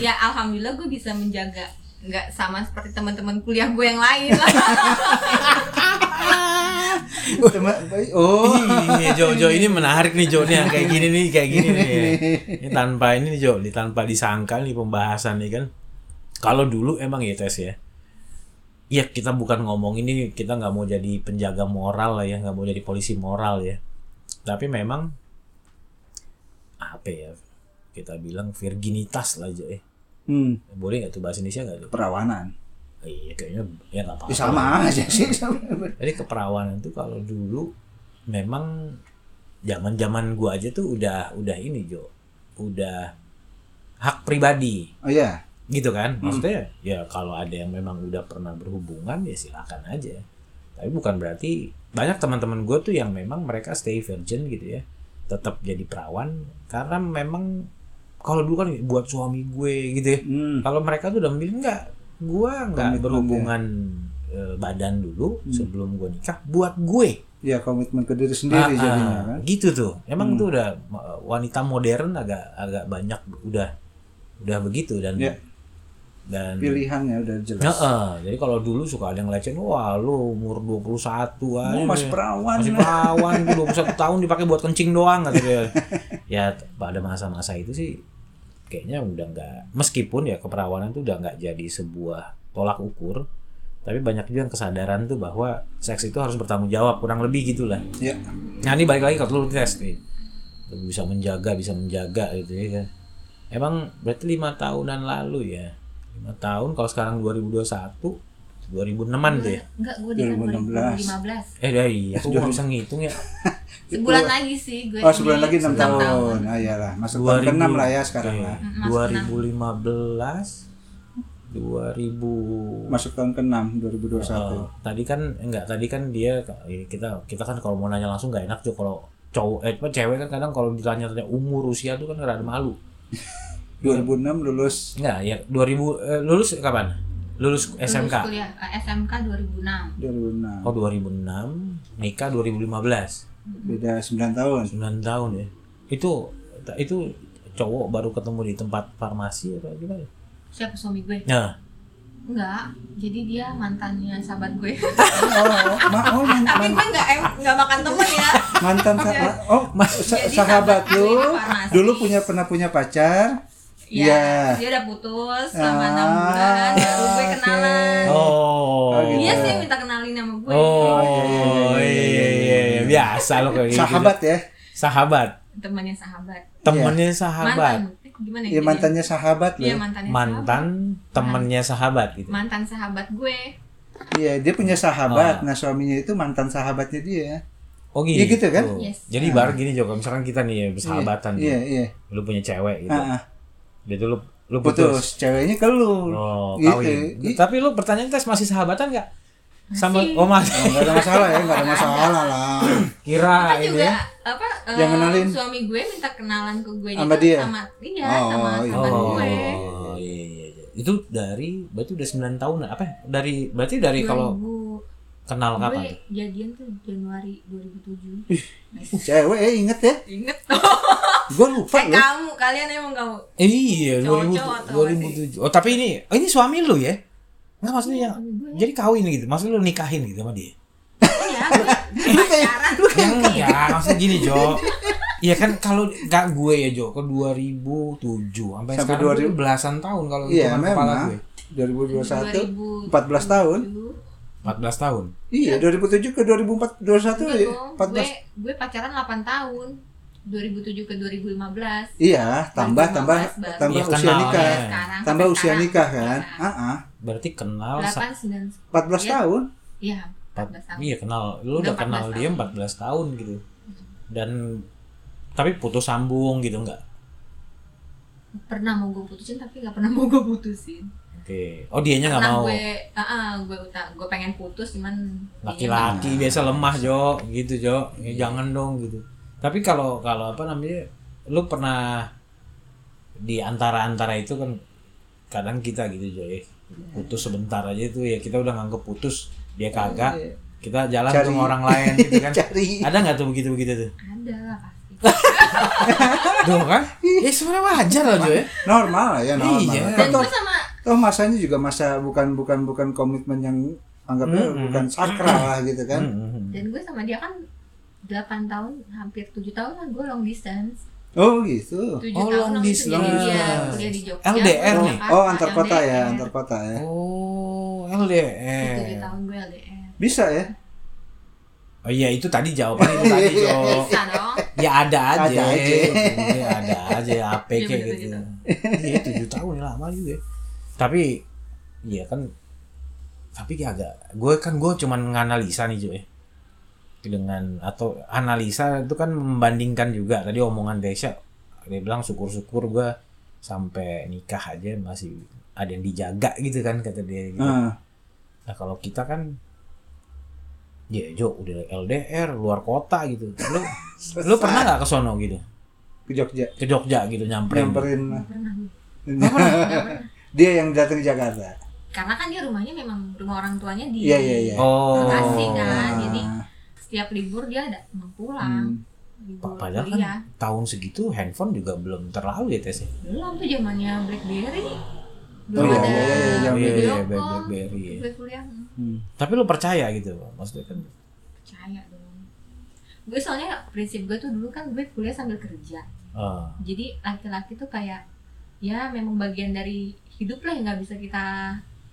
[SPEAKER 3] ya alhamdulillah gue bisa menjaga nggak sama seperti teman-teman kuliah gue yang lain lah
[SPEAKER 2] Teman- Oh,
[SPEAKER 1] Iya, Jo, Jo ini menarik nih Jo nih yang kayak gini nih, kayak gini nih. ya. Ini tanpa ini nih Jo, ini tanpa disangka nih pembahasan nih kan. Kalau dulu emang ya tes ya. Iya kita bukan ngomong ini kita nggak mau jadi penjaga moral lah ya, nggak mau jadi polisi moral ya. Tapi memang apa ya kita bilang virginitas lah Jo ya.
[SPEAKER 2] hmm,
[SPEAKER 1] Boleh nggak tuh bahasa Indonesia nggak Jo?
[SPEAKER 2] perawanan.
[SPEAKER 1] Iya kayaknya ya nggak apa-apa.
[SPEAKER 2] Ya, sama aja sih, sama.
[SPEAKER 1] Jadi keperawanan itu kalau dulu memang zaman-zaman gua aja tuh udah udah ini Jo. Udah hak pribadi
[SPEAKER 2] Oh iya.
[SPEAKER 1] gitu kan. Maksudnya ya kalau ada yang memang udah pernah berhubungan ya silakan aja. Tapi bukan berarti banyak teman-teman gua tuh yang memang mereka stay virgin gitu ya. Tetap jadi perawan karena memang kalau dulu kan buat suami gue gitu ya.
[SPEAKER 2] Hmm.
[SPEAKER 1] Kalau mereka tuh udah memilih enggak, gua
[SPEAKER 2] Komitmen,
[SPEAKER 1] nggak berhubungan eh, badan dulu
[SPEAKER 2] Hmm.
[SPEAKER 1] sebelum gua nikah buat gue.
[SPEAKER 2] Ya komitmen ke diri
[SPEAKER 1] Ah,
[SPEAKER 2] sendiri
[SPEAKER 1] ah,
[SPEAKER 2] jadinya kan.
[SPEAKER 1] Gitu tuh. Emang tuh udah eh, wanita modern agak agak banyak udah udah begitu dan
[SPEAKER 2] Ya.
[SPEAKER 1] dan
[SPEAKER 2] Pilihannya udah jelas.
[SPEAKER 1] Heeh. jadi kalau dulu suka ada yang ngelecehin, wah lu umur 21 aja.
[SPEAKER 2] Lu Oh, Iya, masih
[SPEAKER 1] nih.
[SPEAKER 2] perawan.
[SPEAKER 1] Masih perawan, lu 21 tahun dipakai buat kencing doang kata dia. ya pada masa-masa itu sih kayaknya udah nggak meskipun ya keperawanan tuh udah nggak jadi sebuah tolak ukur tapi banyak juga yang kesadaran tuh bahwa seks itu harus bertanggung jawab kurang lebih gitulah
[SPEAKER 2] Ya.
[SPEAKER 1] Nah ini balik lagi ke peluru tes nih. Lu Bisa menjaga, bisa menjaga gitu ya. kan. Emang berarti lima tahunan lalu ya. Lima tahun kalau sekarang 2021 2006-an tuh ya.
[SPEAKER 3] Enggak, gue di
[SPEAKER 2] 2016.
[SPEAKER 3] 2015.
[SPEAKER 1] Eh dah iya, aku nggak bisa ngitung ya.
[SPEAKER 3] Sebulan lagi sih gue.
[SPEAKER 2] Oh sebulan lagi enam
[SPEAKER 3] enam
[SPEAKER 2] tahun. Ah iyalah, masuk tahun
[SPEAKER 1] 2000.
[SPEAKER 2] ke-6 lah ya sekarang
[SPEAKER 1] Iya.
[SPEAKER 2] lah.
[SPEAKER 3] Masuk
[SPEAKER 1] 2015 2000
[SPEAKER 2] Masuk tahun ke-6 2021.
[SPEAKER 1] Oh, tadi kan enggak tadi kan dia eh, kita kita kan kalau mau nanya langsung nggak enak tuh kalau cowok eh apa, cewek kan kadang kalau ditanya tanya umur usia tuh kan rada malu
[SPEAKER 2] 2006 lulus
[SPEAKER 1] enggak ya 2000 eh, lulus kapan lulus SMK
[SPEAKER 3] Kuliah, eh, SMK 2006.
[SPEAKER 2] 2006.
[SPEAKER 1] oh 2006 nikah 2015
[SPEAKER 2] Beda 9 tahun.
[SPEAKER 1] 9 tahun ya itu itu cowok baru ketemu di tempat farmasi apa gimana
[SPEAKER 3] Siapa suami gue?
[SPEAKER 1] nah
[SPEAKER 3] Enggak. Jadi dia mantannya sahabat gue.
[SPEAKER 2] Oh, ma- oh, man-
[SPEAKER 3] Tapi
[SPEAKER 2] man-
[SPEAKER 3] gue enggak em- enggak makan temen ya.
[SPEAKER 2] mantan sa-
[SPEAKER 3] Iya.
[SPEAKER 2] oh, sa-
[SPEAKER 3] Jadi
[SPEAKER 2] sahabat
[SPEAKER 3] sahabat
[SPEAKER 2] lu
[SPEAKER 3] gue di farmasi.
[SPEAKER 2] dulu punya pernah punya pacar. Iya.
[SPEAKER 3] Iya. Dia udah putus selama
[SPEAKER 2] Ah,
[SPEAKER 3] enam bulan baru gue
[SPEAKER 2] oke.
[SPEAKER 3] kenalan.
[SPEAKER 1] oh
[SPEAKER 2] Oh, gitu.
[SPEAKER 3] Dia Iya sih yang minta kenalin sama gue.
[SPEAKER 1] oh iya iya iya biasa lo kayak gitu
[SPEAKER 2] Sahabat Iya. ya.
[SPEAKER 1] sahabat
[SPEAKER 3] Temannya sahabat.
[SPEAKER 1] temennya sahabat
[SPEAKER 3] Mantan. Eh, Gimana
[SPEAKER 2] Iya
[SPEAKER 3] jadinya?
[SPEAKER 2] mantannya sahabat
[SPEAKER 3] Iya
[SPEAKER 2] lu.
[SPEAKER 3] mantannya sahabat.
[SPEAKER 1] mantan temennya sahabat gitu
[SPEAKER 3] Mantan sahabat gue.
[SPEAKER 2] Iya, dia punya
[SPEAKER 1] Ah.
[SPEAKER 2] sahabat. Nah, suaminya itu mantan sahabatnya dia.
[SPEAKER 1] oh gini
[SPEAKER 2] Iya gitu kan?
[SPEAKER 1] Tuh.
[SPEAKER 3] Yes.
[SPEAKER 1] jadi baru gini Joko misalkan kita nih ya bersahabatan nih.
[SPEAKER 2] Iya, iya.
[SPEAKER 1] lu punya cewek gitu
[SPEAKER 2] Ah, ah.
[SPEAKER 1] gitu lu lu putus,
[SPEAKER 2] Putus. Ceweknya ke lu.
[SPEAKER 1] oh
[SPEAKER 2] Gitu.
[SPEAKER 1] kawin
[SPEAKER 2] Iya.
[SPEAKER 1] tapi lu pertanyaan tes masih sahabatan nggak sama
[SPEAKER 3] Masih.
[SPEAKER 1] oh mas
[SPEAKER 2] Enggak ada masalah ya, enggak ada masalah lah.
[SPEAKER 1] kira
[SPEAKER 3] Kan
[SPEAKER 1] ini
[SPEAKER 3] juga
[SPEAKER 1] ya
[SPEAKER 3] apa eh,
[SPEAKER 2] Yang kenalin.
[SPEAKER 3] suami gue minta kenalan ke gue
[SPEAKER 2] Sama dia?
[SPEAKER 3] sama iya
[SPEAKER 2] Oh,
[SPEAKER 3] sama
[SPEAKER 2] iya.
[SPEAKER 3] sahabat
[SPEAKER 1] oh
[SPEAKER 3] gue.
[SPEAKER 1] iya iya iya. itu dari berarti udah 9 tahun apa ya? dari berarti dari kalau
[SPEAKER 3] 2000
[SPEAKER 1] kenal
[SPEAKER 3] gue
[SPEAKER 1] kapan
[SPEAKER 3] jadian tuh Januari 2007
[SPEAKER 2] Cewek eh, inget ya.
[SPEAKER 3] inget
[SPEAKER 2] Gua lupa
[SPEAKER 3] eh
[SPEAKER 2] loh.
[SPEAKER 3] kamu kalian emang kamu
[SPEAKER 1] Eh, iya
[SPEAKER 3] Cowok-cowok
[SPEAKER 1] 2000, 2007
[SPEAKER 3] atau
[SPEAKER 1] oh tapi ini oh, ini suami lu ya nggak maksudnya yang-
[SPEAKER 3] suami gue.
[SPEAKER 1] jadi kawin gitu maksudnya lu nikahin gitu sama dia Ya
[SPEAKER 3] iya gue gue pacaran
[SPEAKER 1] Enggak, maksudnya gini Jo Iya kan kalau gak gue ya Jo ke 2007 sampai,
[SPEAKER 2] Sampai
[SPEAKER 1] sekarang
[SPEAKER 2] 2000.
[SPEAKER 1] gue belasan tahun kalau
[SPEAKER 2] Iya,
[SPEAKER 1] hitungan kepala
[SPEAKER 2] memang.
[SPEAKER 1] gue.
[SPEAKER 2] 2021
[SPEAKER 3] 2007.
[SPEAKER 2] 14 tahun.
[SPEAKER 1] 14 tahun.
[SPEAKER 2] Iya, 2007 ke 2004 21 ya,
[SPEAKER 3] Enggak, gue
[SPEAKER 2] 14.
[SPEAKER 3] gue pacaran 8 tahun 2007 ke 2015
[SPEAKER 2] Iya, tambah tambah
[SPEAKER 3] 2015 baru.
[SPEAKER 2] tambah
[SPEAKER 1] Iya,
[SPEAKER 2] usia
[SPEAKER 1] kenal,
[SPEAKER 2] nikah.
[SPEAKER 1] ya.
[SPEAKER 3] Sekarang,
[SPEAKER 2] Tambah
[SPEAKER 3] sampai
[SPEAKER 2] usia
[SPEAKER 3] sekarang.
[SPEAKER 2] nikah kan?
[SPEAKER 3] Sekarang.
[SPEAKER 2] Heeh.
[SPEAKER 1] Berarti kenal Oh, sa-
[SPEAKER 3] 8 9
[SPEAKER 2] 14
[SPEAKER 3] Iya.
[SPEAKER 2] tahun.
[SPEAKER 3] iya
[SPEAKER 1] empat-
[SPEAKER 3] 14 tahun
[SPEAKER 1] Iya, kenal. Lu
[SPEAKER 3] Udah
[SPEAKER 1] udah kenal
[SPEAKER 3] 14
[SPEAKER 1] dia
[SPEAKER 3] tahun.
[SPEAKER 1] 14 tahun gitu. Dan tapi putus sambung gitu enggak?
[SPEAKER 3] pernah mau gue putusin tapi gak pernah mau gue putusin
[SPEAKER 1] Oke. Oh, dianya nggak
[SPEAKER 3] karena
[SPEAKER 1] mau.
[SPEAKER 3] gue ah ah, gue uta- gue pengen putus cuman ya,
[SPEAKER 1] Laki-laki
[SPEAKER 2] Iya.
[SPEAKER 1] biasa lemah, Jo. Gitu, Jo. Ya, jangan dong gitu. Tapi kalau kalau apa namanya? Lu pernah di antara-antara itu kan kadang kita gitu, Jo. ya. Putus sebentar aja itu ya kita udah nganggep putus, dia kagak. Kita jalan
[SPEAKER 2] Iya. Cari.
[SPEAKER 1] sama orang lain gitu kan.
[SPEAKER 2] Cari.
[SPEAKER 1] Ada nggak tuh begitu-begitu tuh?
[SPEAKER 3] ada lah pasti
[SPEAKER 1] Tuh kan? Ya sebenarnya wajar loh, Jo ya.
[SPEAKER 2] Normal lah ya, normal.
[SPEAKER 1] Iya.
[SPEAKER 2] Kan
[SPEAKER 3] dan
[SPEAKER 2] toh,
[SPEAKER 3] gue sama
[SPEAKER 2] toh masanya juga masa bukan bukan bukan komitmen yang
[SPEAKER 1] Hmm,
[SPEAKER 2] anggapnya bukan sakral lah gitu kan.
[SPEAKER 1] Mm-mm.
[SPEAKER 3] dan gue sama dia kan 8 tahun hampir 7 tahun lah gue long distance
[SPEAKER 2] Oh, gitu.
[SPEAKER 3] 7
[SPEAKER 1] Oh,
[SPEAKER 3] tahun
[SPEAKER 1] long
[SPEAKER 3] distance
[SPEAKER 1] distance.
[SPEAKER 3] iya kuliah di Jogja
[SPEAKER 1] LDR
[SPEAKER 3] gue
[SPEAKER 2] Oh,
[SPEAKER 1] nih?
[SPEAKER 3] Jakarta,
[SPEAKER 2] oh, antar kota
[SPEAKER 3] LDR.
[SPEAKER 2] ya, antar kota ya.
[SPEAKER 1] Oh,
[SPEAKER 3] 7
[SPEAKER 1] LDR.
[SPEAKER 3] tahun gue LDR
[SPEAKER 2] Bisa ya?
[SPEAKER 1] Oh iya, itu tadi jawaban itu
[SPEAKER 2] Iya,
[SPEAKER 1] tadi, Jo.
[SPEAKER 3] bisa dong
[SPEAKER 1] ya ada aja,
[SPEAKER 2] Ada aja.
[SPEAKER 1] ya ada aja APK
[SPEAKER 3] Iya, bener,
[SPEAKER 1] gitu iya tujuh tahun ya, lama juga ya. tapi iya kan tapi ya agak gue kan gue cuman nganalisa nih Jo ya dengan atau analisa itu kan membandingkan juga tadi omongan Desya dia bilang syukur-syukur gue sampai nikah aja masih ada yang dijaga gitu kan kata dia gitu.
[SPEAKER 2] Heeh.
[SPEAKER 1] Nah kalau kita kan Ya Jo udah LDR luar kota gitu Lu, lu pernah gak ke sono gitu?
[SPEAKER 2] Ke Jogja.
[SPEAKER 1] Ke Jogja gitu nyamperin
[SPEAKER 2] Nyamperin.
[SPEAKER 3] pernah gue.
[SPEAKER 2] Dia yang datang ke Jakarta.
[SPEAKER 3] karena kan dia rumahnya memang rumah orang tuanya di
[SPEAKER 2] Iya, iya, iya.
[SPEAKER 1] Oh
[SPEAKER 3] Bekasi kan
[SPEAKER 2] Ah.
[SPEAKER 3] jadi setiap libur dia ada emang
[SPEAKER 2] Hmm.
[SPEAKER 3] pulang libur
[SPEAKER 1] Pa- Padahal kan
[SPEAKER 3] kuliah
[SPEAKER 1] tahun segitu handphone juga belum terlalu ya Tess ya?
[SPEAKER 3] belum tuh zamannya blackberry
[SPEAKER 2] Oh,
[SPEAKER 3] belum
[SPEAKER 2] iya, iya,
[SPEAKER 3] ada
[SPEAKER 2] iya, iya, iya,
[SPEAKER 1] iya,
[SPEAKER 3] video
[SPEAKER 1] iya,
[SPEAKER 3] call
[SPEAKER 1] Blackberry, iya.
[SPEAKER 3] gue kuliah hmm,
[SPEAKER 2] Hmm.
[SPEAKER 1] Tapi lu percaya gitu Maksudnya kan
[SPEAKER 3] percaya dong gue soalnya prinsip gue tuh dulu kan gue kuliah sambil kerja
[SPEAKER 1] ah,
[SPEAKER 3] jadi laki-laki tuh kayak ya memang bagian dari hidup lah yang nggak bisa kita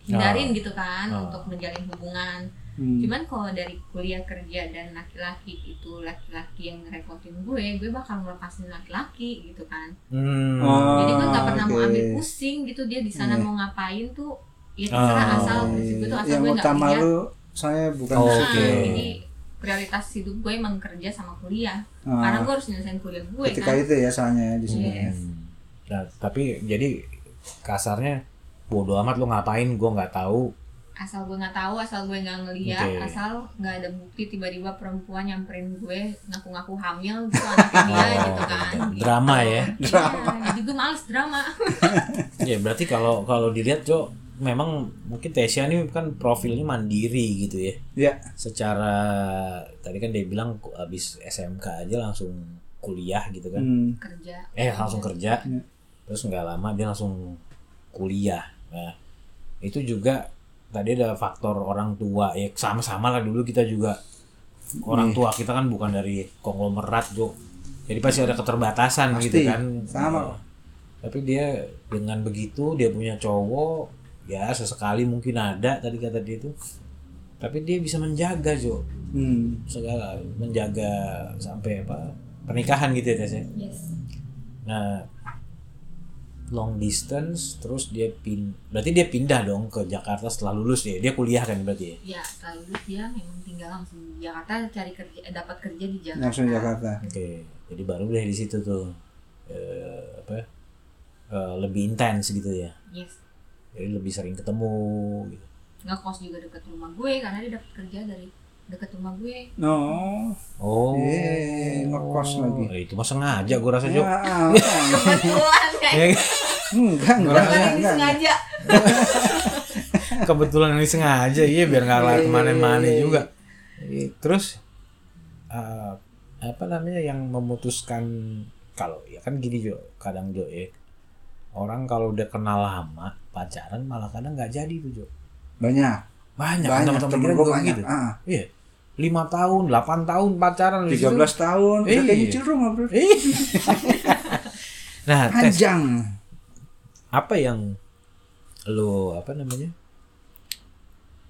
[SPEAKER 3] hindarin gitu kan
[SPEAKER 1] Ah.
[SPEAKER 3] untuk menjalin hubungan
[SPEAKER 2] Hmm.
[SPEAKER 3] cuman kalau dari kuliah kerja dan laki-laki itu laki-laki yang ngerepotin gue gue bakal ngelepasin laki-laki gitu kan
[SPEAKER 1] Hmm.
[SPEAKER 2] Oh.
[SPEAKER 3] jadi gue nggak pernah mau
[SPEAKER 2] oke.
[SPEAKER 3] ambil pusing gitu dia di sana
[SPEAKER 2] Iya. Ah,
[SPEAKER 3] mau ngapain tuh ya terserah
[SPEAKER 1] Oh,
[SPEAKER 3] asal prinsip gue tuh asal
[SPEAKER 2] yang
[SPEAKER 3] gue nggak
[SPEAKER 2] utama
[SPEAKER 3] punya
[SPEAKER 2] lu saya bukan
[SPEAKER 1] Oh,
[SPEAKER 2] di
[SPEAKER 3] Nah,
[SPEAKER 2] situ.
[SPEAKER 1] oke.
[SPEAKER 3] jadi prioritas hidup gue emang kerja sama kuliah
[SPEAKER 2] Nah,
[SPEAKER 3] karena gue harus nyelesain kuliah gue
[SPEAKER 2] ketika
[SPEAKER 3] kan
[SPEAKER 2] itu ya soalnya di sini.
[SPEAKER 3] Iya.
[SPEAKER 1] Hmm. Nah, tapi jadi kasarnya bodo amat lu ngapain gue nggak tahu
[SPEAKER 3] asal gue nggak tahu asal gue nggak ngeliat
[SPEAKER 1] Oke.
[SPEAKER 3] asal nggak ada bukti tiba-tiba perempuan nyamperin gue ngaku-ngaku hamil gitu anaknya
[SPEAKER 2] Ah,
[SPEAKER 3] dia
[SPEAKER 1] Oh,
[SPEAKER 3] gitu kan
[SPEAKER 1] drama ya.
[SPEAKER 3] drama jadi gue males drama
[SPEAKER 1] ya berarti kalau kalau dilihat Jo memang mungkin Tesya ini kan profilnya mandiri gitu ya
[SPEAKER 2] Iya.
[SPEAKER 1] secara tadi kan dia bilang ku- abis SMK aja langsung kuliah gitu kan
[SPEAKER 2] Hmm.
[SPEAKER 3] kerja
[SPEAKER 1] eh langsung kerja
[SPEAKER 2] Iya.
[SPEAKER 1] terus nggak lama dia langsung kuliah nah itu juga tadi ada faktor orang tua ya sama-sama lah dulu kita juga
[SPEAKER 2] Iya.
[SPEAKER 1] orang tua kita kan bukan dari konglomerat Jo jadi pasti ada keterbatasan
[SPEAKER 2] Pasti.
[SPEAKER 1] gitu kan
[SPEAKER 2] Sama.
[SPEAKER 1] Nah, tapi dia dengan begitu dia punya cowok ya sesekali mungkin ada tadi kata dia itu tapi dia bisa menjaga Jo
[SPEAKER 2] Hmm.
[SPEAKER 1] segala menjaga sampai apa pernikahan gitu ya Tes ya
[SPEAKER 3] yes
[SPEAKER 1] Nah, long distance terus dia pin berarti dia pindah dong ke Jakarta setelah lulus ya. Dia kuliah kan berarti ya.
[SPEAKER 3] ya lalu dia memang tinggal langsung di Jakarta cari kerja eh, dapat kerja di Jakarta
[SPEAKER 2] Langsung Jakarta.
[SPEAKER 1] Oke. Jadi baru deh di situ tuh eh, apa eh, lebih intens gitu ya.
[SPEAKER 3] yes
[SPEAKER 1] Jadi lebih sering ketemu gitu.
[SPEAKER 3] ngekos juga deket rumah gue karena dia dapat kerja dari deket rumah gue
[SPEAKER 2] No.
[SPEAKER 1] Oh.
[SPEAKER 2] Yeay, ngekos lagi.
[SPEAKER 1] Eh, itu mah sengaja gua rasa,
[SPEAKER 2] Ya,
[SPEAKER 1] Jok.
[SPEAKER 2] ah,
[SPEAKER 3] kebetulan kayak
[SPEAKER 1] Eh,
[SPEAKER 2] enggak, enggak,
[SPEAKER 3] Bukan
[SPEAKER 2] enggak,
[SPEAKER 3] ini
[SPEAKER 2] enggak.
[SPEAKER 3] sengaja
[SPEAKER 1] Kebetulan ini sengaja, iya biar nggak lari kemana-mana
[SPEAKER 2] iya,
[SPEAKER 1] juga. Eh, Terus eh, apa namanya yang memutuskan kalau ya kan gini Jo, kadang Jo ya orang kalau udah kenal lama pacaran malah kadang nggak jadi tuh Jo.
[SPEAKER 2] Banyak,
[SPEAKER 1] Banyak, kan
[SPEAKER 2] banyak
[SPEAKER 1] teman-teman
[SPEAKER 2] temen
[SPEAKER 1] kita
[SPEAKER 2] gue
[SPEAKER 1] juga
[SPEAKER 2] banyak.
[SPEAKER 1] gitu.
[SPEAKER 2] Ah,
[SPEAKER 1] Iya, lima tahun, 8 tahun pacaran. di situ.
[SPEAKER 2] 13 tahun, udah kayak
[SPEAKER 1] Iya.
[SPEAKER 2] nyicil rumah bro.
[SPEAKER 1] Ih. nah, tes
[SPEAKER 2] Panjang.
[SPEAKER 1] apa yang lu apa namanya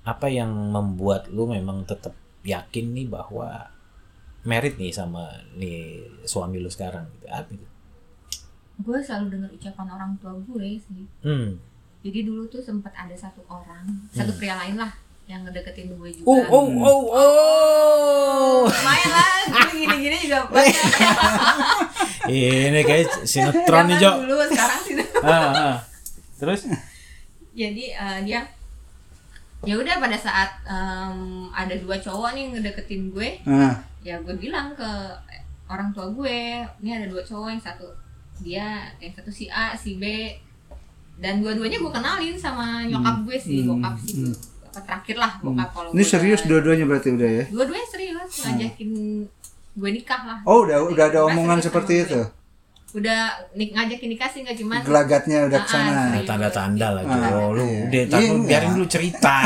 [SPEAKER 1] apa yang membuat lu memang tetap yakin nih bahwa merit nih sama nih suami lu sekarang gitu apa itu
[SPEAKER 3] gue selalu dengar ucapan orang tua gue sih
[SPEAKER 1] hmm
[SPEAKER 3] jadi dulu tuh sempat ada satu orang satu pria lain lah yang ngedeketin gue juga
[SPEAKER 1] oh oh oh oh
[SPEAKER 3] lumayan lah gue gini-gini juga banyak
[SPEAKER 1] ini kayak sinetron nih Jo
[SPEAKER 3] Zaman dulu sekarang sih
[SPEAKER 1] Ah, ah. terus
[SPEAKER 3] jadi eh, dia ya udah pada saat em, ada dua cowok nih ngedeketin gue
[SPEAKER 2] Ah,
[SPEAKER 3] ya gue bilang ke orang tua gue ini ada dua cowok yang satu dia yang satu si A si B dan dua-duanya gue kenalin sama nyokap gue sih
[SPEAKER 2] Hmm.
[SPEAKER 3] bokap sih apa terakhir lah bokap kalau
[SPEAKER 2] ini
[SPEAKER 3] kan. gue
[SPEAKER 2] serius
[SPEAKER 3] udah-
[SPEAKER 2] dua-duanya berarti udah ya?
[SPEAKER 3] dua-duanya serius ngajakin gue nikah lah
[SPEAKER 2] Oh, udah udah ada
[SPEAKER 3] Mereka
[SPEAKER 2] omongan
[SPEAKER 3] serius
[SPEAKER 2] seperti
[SPEAKER 3] sama gue.
[SPEAKER 2] itu.
[SPEAKER 3] udah nik ngajakin nikah sih nggak cuma
[SPEAKER 2] Gelagatnya udah
[SPEAKER 3] Ah,
[SPEAKER 2] ke sana.
[SPEAKER 1] Nah, tanda-tanda lah Jo
[SPEAKER 2] Ah,
[SPEAKER 1] lu
[SPEAKER 2] iya.
[SPEAKER 1] udah ntar
[SPEAKER 2] Iya,
[SPEAKER 1] lu
[SPEAKER 2] enggak.
[SPEAKER 1] biarin dulu cerita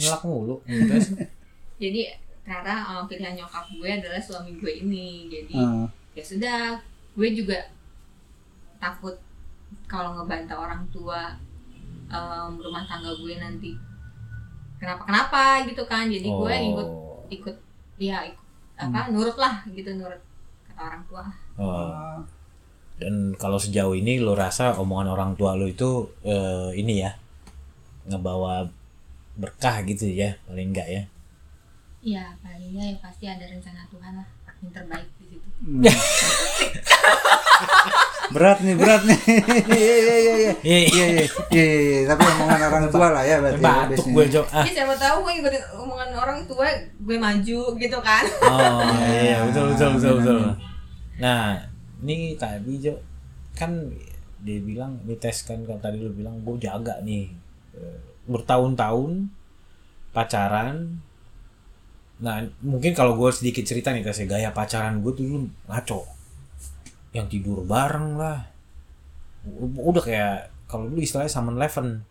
[SPEAKER 1] ngelak mulu Hmm, terus
[SPEAKER 3] jadi ternyata eh, pilihan nyokap gue adalah suami gue ini jadi
[SPEAKER 2] Ah,
[SPEAKER 3] ya sudah gue juga takut kalau ngebantah orang tua em, rumah tangga gue nanti kenapa kenapa gitu kan jadi gue ikut
[SPEAKER 1] Oh. Hmm.
[SPEAKER 3] ikut ya ikut apa nurut lah gitu nurut kata orang tua
[SPEAKER 1] Oh. Dan kalau sejauh ini lo rasa omongan orang tua lo itu eh, ini ya ngebawa berkah gitu ya paling enggak ya.
[SPEAKER 3] ya palingnya ya pasti ada rencana Tuhan lah yang terbaik di situ
[SPEAKER 2] Hmm. berat nih, berat nih. Iya, iya, iya, iya. Iya, iya, iya, iya, tapi omongan orang tua lah ya berarti. ya,
[SPEAKER 1] Batuk
[SPEAKER 2] biasanya.
[SPEAKER 1] gue Jo. Ah.
[SPEAKER 3] Jadi siapa tahu gue ngikutin omongan orang tua gue maju gitu kan
[SPEAKER 1] Oh iya betul betul betul betul. Nah ini tadi Jo kan dia bilang ini tes kan kalau tadi lo bilang gue jaga nih Eh, bertahun-tahun pacaran Nah, mungkin kalau gue sedikit cerita nih, kasih gaya pacaran gue tuh dulu ngaco. Yang tidur bareng lah. U- Udah kayak, kalau dulu istilahnya summon eleven.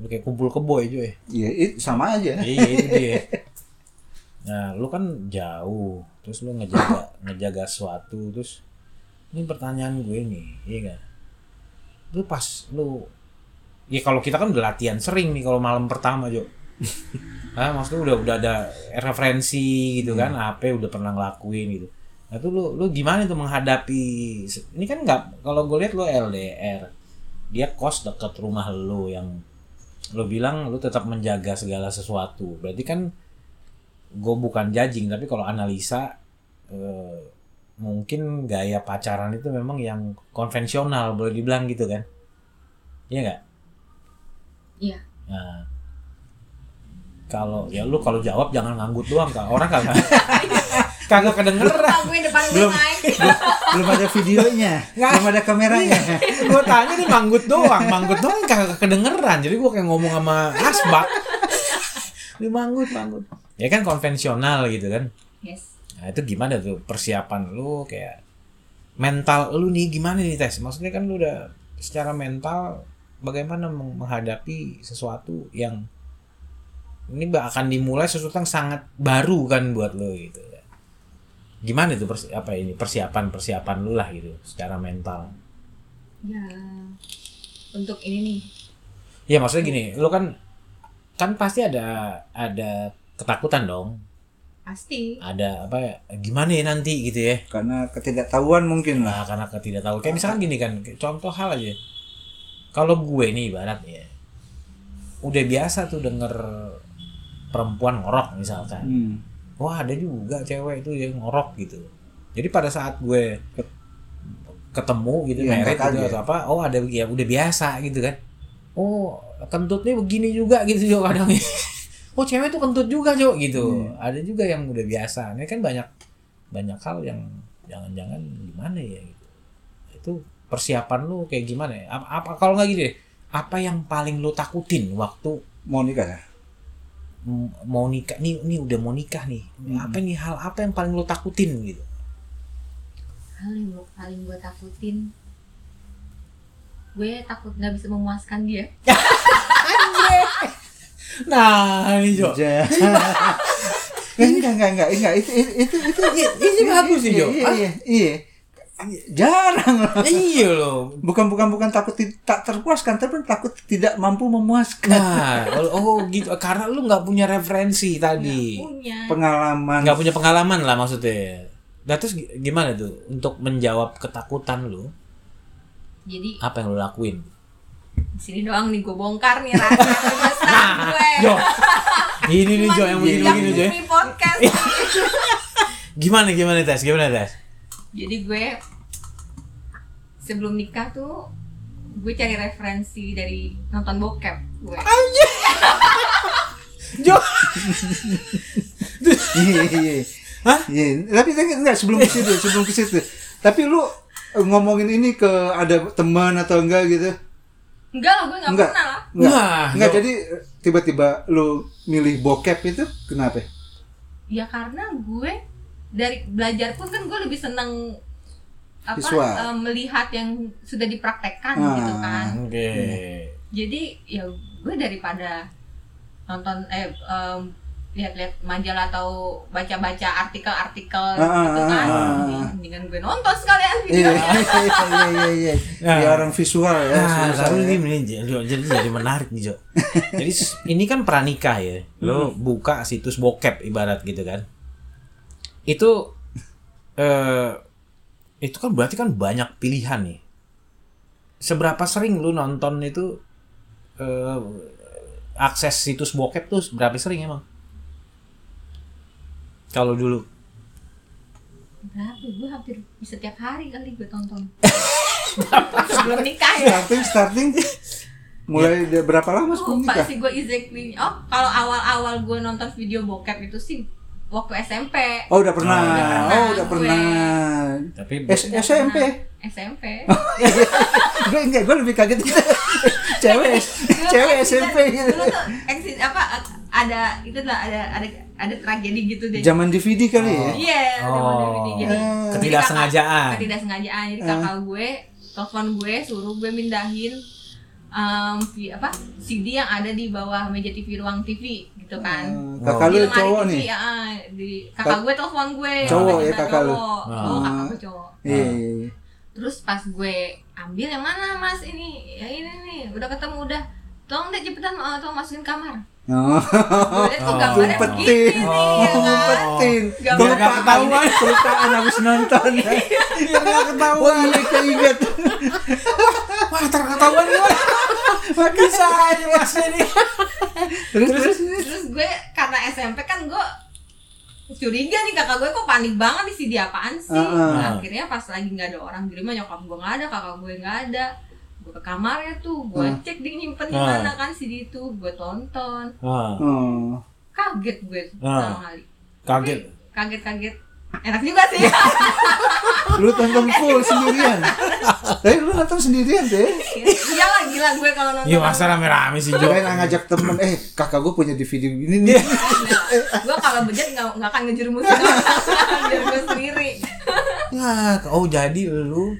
[SPEAKER 1] Udah kayak kumpul kebo aja ya.
[SPEAKER 2] Iya, itu sama aja.
[SPEAKER 1] Iya, itu dia. Nah, lu kan jauh. Terus lu ngejaga, ngejaga sesuatu. Terus, ini pertanyaan gue nih, iya gak? Lu pas, lu... Ya kalau kita kan udah latihan sering nih kalau malam pertama, Jo. ah maksudnya udah udah ada referensi gitu kan apa udah pernah ngelakuin gitu nah tuh lu lu gimana tuh menghadapi ini kan nggak kalau gue lihat lu LDR dia kos deket rumah lu yang lu bilang lu tetap menjaga segala sesuatu berarti kan gue bukan judging tapi kalau analisa eh, mungkin gaya pacaran itu memang yang konvensional boleh dibilang gitu kan iya nggak
[SPEAKER 3] Iya.
[SPEAKER 1] Nah, kalau ya lu kalau jawab jangan nganggut doang kak orang kagak kagak kedengeran.
[SPEAKER 3] Tahu gue depan gue
[SPEAKER 2] Belum.
[SPEAKER 3] main.
[SPEAKER 2] belum ada videonya
[SPEAKER 1] Nggak. Iya.
[SPEAKER 2] belum ada kameranya
[SPEAKER 1] gue tanya nih manggut doang, manggut doang kagak kedengeran. Jadi gue kayak ngomong sama asbak. Ini manggut, manggut. Ya kan konvensional gitu kan.
[SPEAKER 3] Yes.
[SPEAKER 1] Nah, itu gimana tuh persiapan lu kayak mental lu nih gimana nih tes? Maksudnya kan lu udah secara mental bagaimana meng- menghadapi sesuatu yang ini ba- akan dimulai sesuatu yang sangat baru kan buat lu gitu. Gimana tuh persi- apa ini persiapan-persiapan lu lah gitu secara mental.
[SPEAKER 3] Ya. Untuk ini nih.
[SPEAKER 1] Ya maksudnya gini, lu kan kan pasti ada ada ketakutan dong.
[SPEAKER 3] Pasti.
[SPEAKER 1] Ada apa ya, gimana ya nanti gitu ya.
[SPEAKER 2] karena ketidaktahuan mungkin lah
[SPEAKER 1] Nah, karena ketidaktahuan. Kayak misalkan gini kan, contoh hal aja. Kalau gue nih ibarat ya, udah biasa tuh denger perempuan ngorok misalkan.
[SPEAKER 2] hmm.
[SPEAKER 1] Wah ada juga cewek itu yang ngorok gitu. Jadi pada saat gue ke- ketemu gitu,
[SPEAKER 2] Iya,
[SPEAKER 1] meret
[SPEAKER 2] nggak
[SPEAKER 1] gitu
[SPEAKER 2] kaget.
[SPEAKER 1] atau apa, oh ada ya udah biasa gitu kan. Oh kentutnya begini juga gitu juga kadang. oh cewek tuh kentut juga cok gitu.
[SPEAKER 2] Iya.
[SPEAKER 1] Ada juga yang udah biasa. Ini kan banyak banyak hal yang jangan-jangan gimana ya gitu. Itu persiapan lu kayak gimana ya? Apa, apa kalau nggak gini deh, apa yang paling lu takutin waktu
[SPEAKER 2] mau nikah ya
[SPEAKER 1] m- mau nikah nih nih udah mau nikah nih apa nih hal apa yang paling lo takutin gitu
[SPEAKER 3] Hal yang gue- paling gue takutin gue takut nggak bisa memuaskan dia
[SPEAKER 1] nah ini Jo
[SPEAKER 2] Ja- Iya. Eh, enggak enggak enggak enggak itu itu itu itu
[SPEAKER 1] ini Iya, bagus sih Jo
[SPEAKER 2] iya iya, iya jarang lah.
[SPEAKER 1] iya lo
[SPEAKER 2] bukan bukan bukan takut ti- tak terpuaskan tapi takut tidak mampu memuaskan
[SPEAKER 1] nah oh, oh, gitu karena lu nggak punya referensi tadi
[SPEAKER 3] punya
[SPEAKER 2] pengalaman
[SPEAKER 1] nggak punya pengalaman lah maksudnya nah terus gi- gimana tuh untuk menjawab ketakutan lu
[SPEAKER 3] jadi
[SPEAKER 1] apa yang lu lakuin
[SPEAKER 3] di sini doang nih gue bongkar nih rasa kebiasaan gue
[SPEAKER 1] Jo Nah, ini nih Jo yang begini
[SPEAKER 3] Yang
[SPEAKER 1] begini Jo ya.
[SPEAKER 3] Putri podcast
[SPEAKER 1] gimana gimana tes gimana tes
[SPEAKER 3] jadi gue sebelum nikah tuh gue cari referensi dari nonton bokep gue
[SPEAKER 1] Jo
[SPEAKER 2] iya iya
[SPEAKER 1] Hah?
[SPEAKER 2] iya tapi tapi enggak sebelum ke situ sebelum ke situ tapi lu eh, ngomongin ini ke ada teman atau enggak gitu
[SPEAKER 3] enggak lah gue nggak
[SPEAKER 2] Enggak.
[SPEAKER 3] pernah lah
[SPEAKER 2] enggak
[SPEAKER 1] Wah,
[SPEAKER 2] enggak
[SPEAKER 1] Jo.
[SPEAKER 2] jadi eh, tiba-tiba lu milih bokep itu kenapa
[SPEAKER 3] ya karena gue dari belajar pun kan gue lebih seneng apa
[SPEAKER 2] Visual.
[SPEAKER 3] eh, melihat yang sudah dipraktekkan
[SPEAKER 2] Ah.
[SPEAKER 3] gitu kan
[SPEAKER 1] oke Hmm.
[SPEAKER 3] jadi ya gue daripada nonton eh em, lihat-lihat majalah atau baca-baca artikel-artikel
[SPEAKER 2] Ah,
[SPEAKER 3] gitu
[SPEAKER 2] ah,
[SPEAKER 3] kan
[SPEAKER 2] ah,
[SPEAKER 3] Mending-
[SPEAKER 2] ah.
[SPEAKER 3] mendingan gue nonton sekalian gitu.
[SPEAKER 2] iya
[SPEAKER 3] video
[SPEAKER 2] iya iya iya iya
[SPEAKER 1] Nah.
[SPEAKER 2] Dia orang visual ya
[SPEAKER 1] Nah,
[SPEAKER 2] sebesar
[SPEAKER 1] lalu
[SPEAKER 2] ya.
[SPEAKER 1] ini ini jadi jadi, jadi menarik nih Jo. Jadi s- ini kan pranikah ya. Lo
[SPEAKER 2] Hmm.
[SPEAKER 1] buka situs bokep ibarat gitu kan. Itu eh itu kan berarti kan banyak pilihan nih. Seberapa sering lu nonton itu eh akses situs bokep tuh berapa sering emang? Kalau dulu
[SPEAKER 3] berapa gue hampir setiap hari kali gue tonton sebelum nikah ya
[SPEAKER 2] starting starting mulai
[SPEAKER 1] Iya.
[SPEAKER 2] dari berapa lama sebelum
[SPEAKER 3] lupa
[SPEAKER 2] nikah
[SPEAKER 3] sih gue exactly oh kalau awal-awal gue nonton video bokep itu sih waktu SMP
[SPEAKER 2] oh udah pernah
[SPEAKER 1] Oh, udah
[SPEAKER 2] oh udah
[SPEAKER 3] pernah gue.
[SPEAKER 2] pernah
[SPEAKER 1] tapi
[SPEAKER 2] Oh, S- SMP
[SPEAKER 3] Nah, SMP
[SPEAKER 2] gue enggak gue lebih kaget gitu cewek
[SPEAKER 3] Dulu
[SPEAKER 2] cewek
[SPEAKER 3] tuh
[SPEAKER 2] SMP
[SPEAKER 3] kita-
[SPEAKER 2] gitu
[SPEAKER 3] dulu tuh eksis- apa ada itu lah ada ada ada tragedi gitu deh
[SPEAKER 2] zaman DVD kali ya
[SPEAKER 3] iya zaman
[SPEAKER 1] Oh.
[SPEAKER 3] tragedi. jadi
[SPEAKER 2] Eh.
[SPEAKER 1] Ketidaksengajaan.
[SPEAKER 3] ketidaksengajaan jadi
[SPEAKER 2] Hmm.
[SPEAKER 3] kakak gue telepon gue suruh gue mindahin em, vi- apa CD yang ada di bawah meja TV ruang TV gitu kan
[SPEAKER 2] Eh, kakak
[SPEAKER 1] Oh.
[SPEAKER 2] lu
[SPEAKER 3] Di lemari
[SPEAKER 2] cowok
[SPEAKER 3] TV,
[SPEAKER 2] nih
[SPEAKER 3] ya, eh, di kakak
[SPEAKER 2] Kak-
[SPEAKER 3] gue telepon gue
[SPEAKER 2] Cowok ya
[SPEAKER 3] tiba-tiba
[SPEAKER 2] kakak lu?
[SPEAKER 3] cowok.
[SPEAKER 1] Hmm.
[SPEAKER 3] cowok kakak gue cowok
[SPEAKER 2] iya iya, iya.
[SPEAKER 3] terus pas gue ambil yang mana mas ini ya ini nih udah ketemu udah tolong deh cepetan eh, tolong masukin kamar
[SPEAKER 2] Oh,
[SPEAKER 3] Gue liat kok gambarnya
[SPEAKER 2] ngumpetin.
[SPEAKER 3] begini nih,
[SPEAKER 2] Oh,
[SPEAKER 3] ya kan?
[SPEAKER 2] ngumpetin.
[SPEAKER 3] Gambar-
[SPEAKER 2] Biar nggak
[SPEAKER 1] Ketahuan.
[SPEAKER 2] ketahuan. Kelupaan habis nonton.
[SPEAKER 1] Biar nggak
[SPEAKER 2] Wah,
[SPEAKER 1] ketahuan.
[SPEAKER 2] ini keinget.
[SPEAKER 1] Wah, terketahuan gue. Bisa aja mas ini.
[SPEAKER 2] Terus, terus.
[SPEAKER 3] Terus gue karena SMP kan gue curiga nih kakak gue kok panik banget sih dia apaan sih.
[SPEAKER 1] Ah,
[SPEAKER 2] Heeh.
[SPEAKER 3] Nah, akhirnya pas lagi nggak ada orang di rumah nyokap gue nggak ada, kakak gue nggak ada. Gue ke kamarnya tuh, gue
[SPEAKER 1] Ah.
[SPEAKER 2] Heeh.
[SPEAKER 3] cek dia nyimpen di
[SPEAKER 1] Heeh.
[SPEAKER 3] mana kan CD itu, gue tonton.
[SPEAKER 1] Ah,
[SPEAKER 2] Oh.
[SPEAKER 3] Kaget gue
[SPEAKER 1] Heeh.
[SPEAKER 3] pertama kali.
[SPEAKER 1] Ah. kaget.
[SPEAKER 3] Kaget-kaget. Enak juga sih.
[SPEAKER 2] Lu tonton full sendirian. Tapi lu nonton sendirian deh.
[SPEAKER 3] Iyalah Iya gila gue kalau nonton.
[SPEAKER 1] Iya masa rame-rame sih Jo.
[SPEAKER 2] Kirain ngajak temen, eh kakak gue punya DVD ini nih.
[SPEAKER 3] Nah, gue kalau bejat nggak nggak akan ngejerumusin orang biar gue sendiri
[SPEAKER 1] Nah, oh jadi lu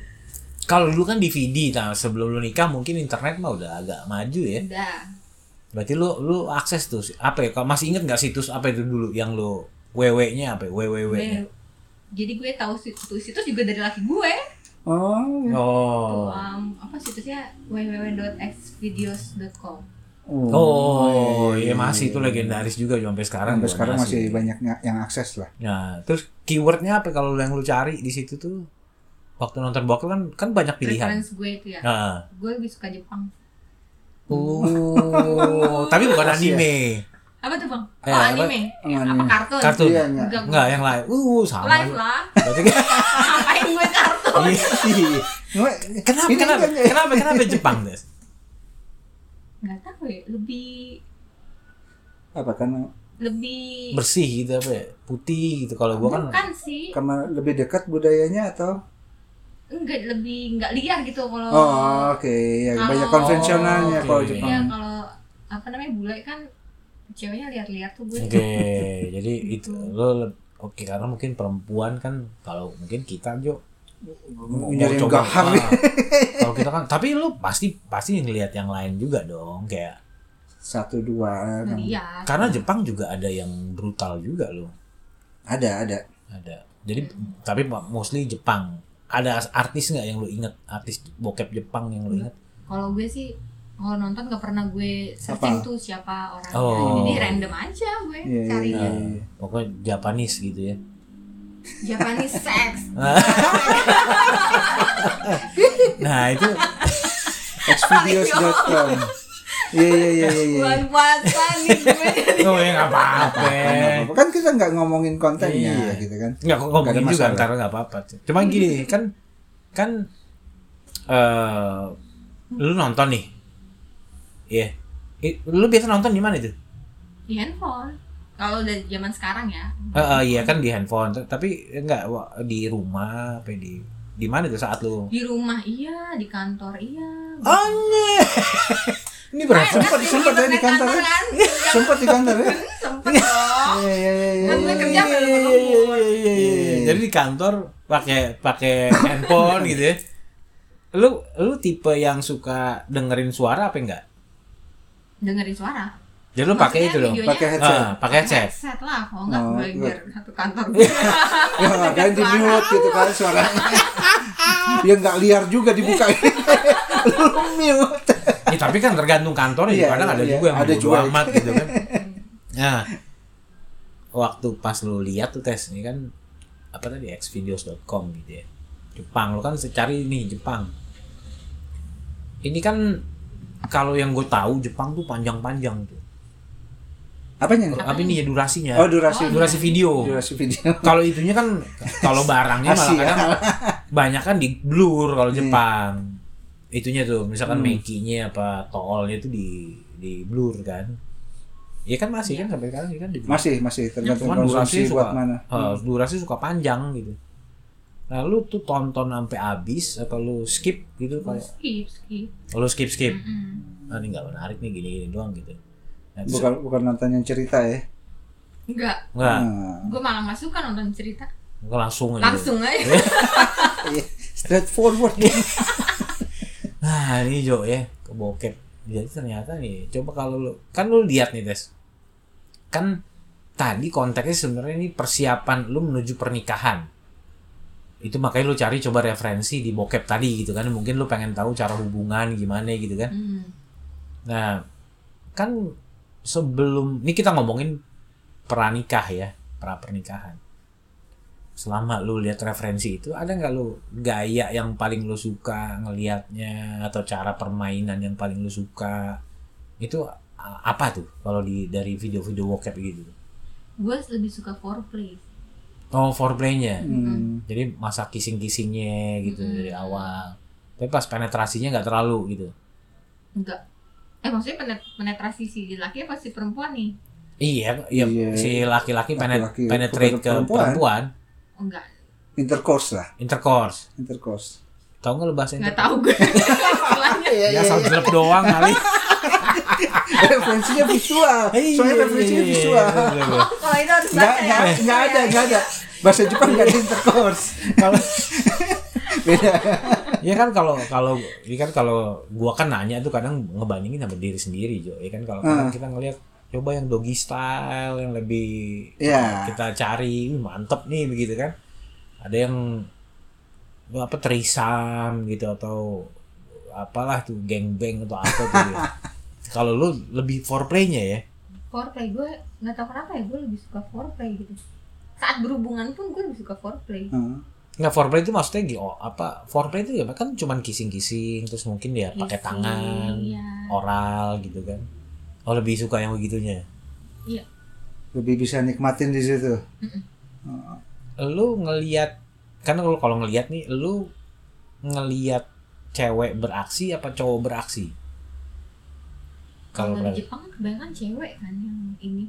[SPEAKER 1] kalau dulu kan DVD, nah sebelum lu nikah mungkin internet mah udah agak maju ya.
[SPEAKER 3] udah
[SPEAKER 1] Berarti lu lu akses tuh si- apa ya? Kalau masih inget nggak situs apa itu dulu yang lu WW-nya apa? Ya? WWW-nya.
[SPEAKER 3] Gue- jadi gue tahu situs situs juga dari laki gue
[SPEAKER 2] Oh.
[SPEAKER 1] Oh.
[SPEAKER 3] um, apa situsnya www.xvideos.com
[SPEAKER 2] Oh,
[SPEAKER 1] Oh, iya masih itu legendaris juga sampai sekarang.
[SPEAKER 2] Sampai
[SPEAKER 1] juga
[SPEAKER 2] sekarang masih banyak nga- yang akses lah.
[SPEAKER 1] Nah, terus keywordnya apa kalau yang lu cari di situ tuh? Waktu nonton bokep kan kan banyak pilihan.
[SPEAKER 3] preference gue itu ya
[SPEAKER 1] Nah,
[SPEAKER 3] gue lebih suka Jepang
[SPEAKER 1] oh, tapi bukan
[SPEAKER 2] Asia.
[SPEAKER 1] anime.
[SPEAKER 3] apa tuh bang
[SPEAKER 1] Eh,
[SPEAKER 3] oh
[SPEAKER 1] apa?
[SPEAKER 3] anime
[SPEAKER 2] Oh,
[SPEAKER 3] apa
[SPEAKER 2] anime.
[SPEAKER 3] kartun
[SPEAKER 1] Kartun.
[SPEAKER 2] Iya, enggak.
[SPEAKER 3] enggak
[SPEAKER 1] Enggak, yang lain. Uh, sama.
[SPEAKER 3] live lah
[SPEAKER 1] Berarti kan-
[SPEAKER 3] ngapain gue kartun
[SPEAKER 2] Iya. Cuma,
[SPEAKER 1] kenapa,
[SPEAKER 2] Ini
[SPEAKER 1] Iya, kenapa,
[SPEAKER 2] kan-
[SPEAKER 1] kenapa, kenapa Jepang, Des?
[SPEAKER 3] nggak tahu ya lebih
[SPEAKER 2] Apa karena
[SPEAKER 3] lebih
[SPEAKER 1] Bersih gitu apa ya? Putih gitu. Kalau gua kan
[SPEAKER 3] bukan sih
[SPEAKER 2] karena lebih dekat budayanya atau?
[SPEAKER 3] enggak lebih nggak liar gitu kalau
[SPEAKER 2] Oh, oke. Ya, banyak
[SPEAKER 3] Oh,
[SPEAKER 2] konvensionalnya
[SPEAKER 1] oke.
[SPEAKER 2] kalau
[SPEAKER 3] Iya
[SPEAKER 1] oh.
[SPEAKER 2] Jepang.
[SPEAKER 3] kalau apa namanya bule kan ceweknya lihat-lihat tuh gue.
[SPEAKER 1] Oke, jadi itu lo le- oke karena mungkin perempuan kan kalau mungkin kita Jo mau
[SPEAKER 2] Nyari yang
[SPEAKER 1] coba-
[SPEAKER 2] gahar.
[SPEAKER 1] Ah, kalau kita kan tapi lu pasti pasti ngelihat yang lain juga dong kayak
[SPEAKER 2] Satu dua. kan.
[SPEAKER 3] Lihat.
[SPEAKER 1] karena Jepang juga ada yang brutal juga lo
[SPEAKER 2] Ada ada.
[SPEAKER 1] ada jadi tapi mostly Jepang ada artis nggak yang lu inget artis bokep Jepang yang lu inget
[SPEAKER 3] Kalau gue sih kalau nonton gak pernah gue searching tuh siapa orangnya.
[SPEAKER 1] Oh.
[SPEAKER 3] Jadi random aja gue
[SPEAKER 2] Iya, iya,
[SPEAKER 3] cari
[SPEAKER 2] iya.
[SPEAKER 1] Nah, pokoknya Japanese gitu ya
[SPEAKER 3] Japanese sex.
[SPEAKER 1] nah itu
[SPEAKER 2] Xvideos.com. Iya iya iya iya, iya.
[SPEAKER 3] Bulan puasa nih gue jadi
[SPEAKER 1] oh ya nggak apa-apa
[SPEAKER 2] Kan kita nggak ngomongin kontennya
[SPEAKER 1] Iya.
[SPEAKER 2] gitu kan.
[SPEAKER 1] Nggak kok ngomongin
[SPEAKER 2] Nggak ada
[SPEAKER 1] juga
[SPEAKER 2] masalah.
[SPEAKER 1] ntar nggak apa-apa. Cuma gini kan kan eh lu nonton nih, iya. I- Lu biasa nonton di mana itu?
[SPEAKER 3] di handphone. Kalau udah zaman sekarang ya.
[SPEAKER 1] Eh, eh, iya kan di handphone. T- Tapi enggak di rumah apa di di mana tuh saat lu?
[SPEAKER 3] Di rumah iya, di kantor iya.
[SPEAKER 1] Anjir. Ini berasa.
[SPEAKER 2] sempet- sempet ya di kantor ya?
[SPEAKER 3] kan?
[SPEAKER 2] Sempat di kantor ya.
[SPEAKER 3] Sempet dong.
[SPEAKER 2] Iya iya iya, iya.
[SPEAKER 3] Kan gue kerja
[SPEAKER 1] Iya,
[SPEAKER 3] baru
[SPEAKER 1] iya,
[SPEAKER 3] ketemu.
[SPEAKER 1] iya, iya, iya, iya. Jadi di kantor pakai pakai handphone gitu ya. Lu lu tipe yang suka dengerin suara apa enggak?
[SPEAKER 3] Dengerin suara.
[SPEAKER 1] Jadi lu pakai
[SPEAKER 3] Maksudnya
[SPEAKER 1] itu dong.
[SPEAKER 3] videonya?
[SPEAKER 2] Pakai headset.
[SPEAKER 1] Ah, pakai headset.
[SPEAKER 3] Headset lah, kalau nggak
[SPEAKER 2] Oh,
[SPEAKER 3] gue
[SPEAKER 2] enggak.
[SPEAKER 3] biar satu kantor gue.
[SPEAKER 2] Ya, kan di mute gitu kan suaranya. ya nggak liar juga dibuka. Lu mute.
[SPEAKER 1] Ya, tapi kan tergantung kantornya
[SPEAKER 2] Iya,
[SPEAKER 1] ya, kadang ada
[SPEAKER 2] iya,
[SPEAKER 1] juga yang
[SPEAKER 2] ada
[SPEAKER 1] ada
[SPEAKER 2] juga.
[SPEAKER 1] amat gitu kan. Nah, waktu pas lu lihat tuh tes ini kan apa tadi xvideos.com gitu ya. Jepang lu kan secari nih Jepang. Ini kan kalau yang gue tahu Jepang tuh panjang-panjang tuh.
[SPEAKER 2] Apanya? nih?
[SPEAKER 1] Apa ini ya durasinya?
[SPEAKER 2] Oh, durasi.
[SPEAKER 3] Oh,
[SPEAKER 1] durasi video.
[SPEAKER 2] Durasi video.
[SPEAKER 1] Kalau itunya kan kalau barangnya malah
[SPEAKER 2] Asia.
[SPEAKER 1] kadang banyak kan di blur kalau
[SPEAKER 2] Iya.
[SPEAKER 1] Jepang. Itunya tuh misalkan
[SPEAKER 2] Hmm.
[SPEAKER 1] mekinya apa toolnya itu di di blur kan. Iya kan masih kan sampai sekarang kan di blur.
[SPEAKER 2] Masih, masih tergantung
[SPEAKER 1] Cuman durasi
[SPEAKER 2] konsumsi
[SPEAKER 1] suka
[SPEAKER 2] buat mana. Hmm.
[SPEAKER 1] eh, durasi suka panjang gitu. Nah, lu tuh tonton sampai habis atau lu skip gitu
[SPEAKER 3] Hmm.
[SPEAKER 1] kayak
[SPEAKER 3] skip, skip. Hmm.
[SPEAKER 1] oh, lu skip skip.
[SPEAKER 3] Mm-mm.
[SPEAKER 1] Ah, ini nggak menarik nih gini-gini doang gitu. Nah, terus-
[SPEAKER 2] Bukan bukan nonton yang cerita ya.
[SPEAKER 3] Enggak,
[SPEAKER 1] Nggak,
[SPEAKER 2] Nah,
[SPEAKER 3] gue malah nggak suka nonton cerita.
[SPEAKER 1] nggak langsung aja.
[SPEAKER 3] Langsung aja.
[SPEAKER 2] iya. straightforward.
[SPEAKER 1] Iya. Nah ini Jo ya ke bokep. Jadi ternyata nih coba kalau lu kan lu lihat nih Des. Kan tadi konteksnya sebenarnya ini persiapan lu menuju pernikahan. Itu makanya lu cari coba referensi di bokep tadi gitu kan. Mungkin lu pengen tahu cara hubungan gimana gitu kan.
[SPEAKER 3] Hmm.
[SPEAKER 1] Nah kan sebelum ini kita ngomongin pranikah ya pra pernikahan selama lu lihat referensi itu ada nggak lu gaya yang paling lu suka ngelihatnya atau cara permainan yang paling lu suka itu a- apa tuh kalau di dari video-video bokep gitu
[SPEAKER 3] gue lebih suka foreplay
[SPEAKER 1] oh foreplaynya
[SPEAKER 2] Hmm.
[SPEAKER 1] jadi masa kissing-kissingnya gitu
[SPEAKER 3] Mm-mm.
[SPEAKER 1] dari awal tapi pas penetrasinya nggak terlalu gitu
[SPEAKER 3] enggak eh maksudnya penet- penetrasi si laki apa si perempuan nih
[SPEAKER 1] iya iya
[SPEAKER 2] Iya.
[SPEAKER 1] si laki-laki, penet-
[SPEAKER 2] Laki-laki
[SPEAKER 1] penetrate
[SPEAKER 2] kepada
[SPEAKER 1] ke perempuan.
[SPEAKER 2] perempuan.
[SPEAKER 3] Oh, enggak
[SPEAKER 2] Intercourse lah,
[SPEAKER 1] intercourse
[SPEAKER 2] intercourse.
[SPEAKER 1] tahu nggak lu bahasa
[SPEAKER 3] nggak
[SPEAKER 1] intercourse
[SPEAKER 3] tahu gue istilahnya
[SPEAKER 1] ya asal jelek doang kali
[SPEAKER 2] referensinya visual.
[SPEAKER 1] Iya,
[SPEAKER 2] Soalnya referensinya visual.
[SPEAKER 3] oh kalau itu harus
[SPEAKER 2] Nggak,
[SPEAKER 3] baca ya
[SPEAKER 2] nggak,
[SPEAKER 1] Iya,
[SPEAKER 2] nggak ada, nggak ada. Bahasa Jepang nggak ada intercourse. Kalau beda.
[SPEAKER 1] Iya kan kalau kalau ini kan kalau gua kan nanya tuh kadang ngebandingin sama diri sendiri Jo. Ya kan kalau kadang
[SPEAKER 2] Ah.
[SPEAKER 1] kita ngelihat coba yang doggy style yang lebih
[SPEAKER 2] Ya.
[SPEAKER 1] kita cari "Ih, mantep nih begitu kan. Ada yang apa terisam gitu atau apalah tuh gangbang atau apa tuh. ya. Kalau lu lebih foreplaynya ya.
[SPEAKER 3] foreplay gue nggak tahu kenapa ya gue lebih suka foreplay gitu saat berhubungan pun gue lebih suka foreplay
[SPEAKER 2] Hmm.
[SPEAKER 1] Nggak foreplay itu maksudnya gini, oh, apa foreplay itu ya kan cuman kissing-kissing terus mungkin ya pakai
[SPEAKER 3] Kissing,
[SPEAKER 1] tangan,
[SPEAKER 3] Gitu iya.
[SPEAKER 1] oral gitu kan. Oh lebih suka yang begitunya. ya?
[SPEAKER 3] iya
[SPEAKER 2] Lebih bisa nikmatin di situ. Oh.
[SPEAKER 1] Lu ngelihat kan lu kalau ngelihat nih lu ngelihat cewek beraksi apa cowok beraksi? Kalau
[SPEAKER 3] kalau di
[SPEAKER 1] ber-
[SPEAKER 3] Jepang kan kebanyakan cewek kan yang ini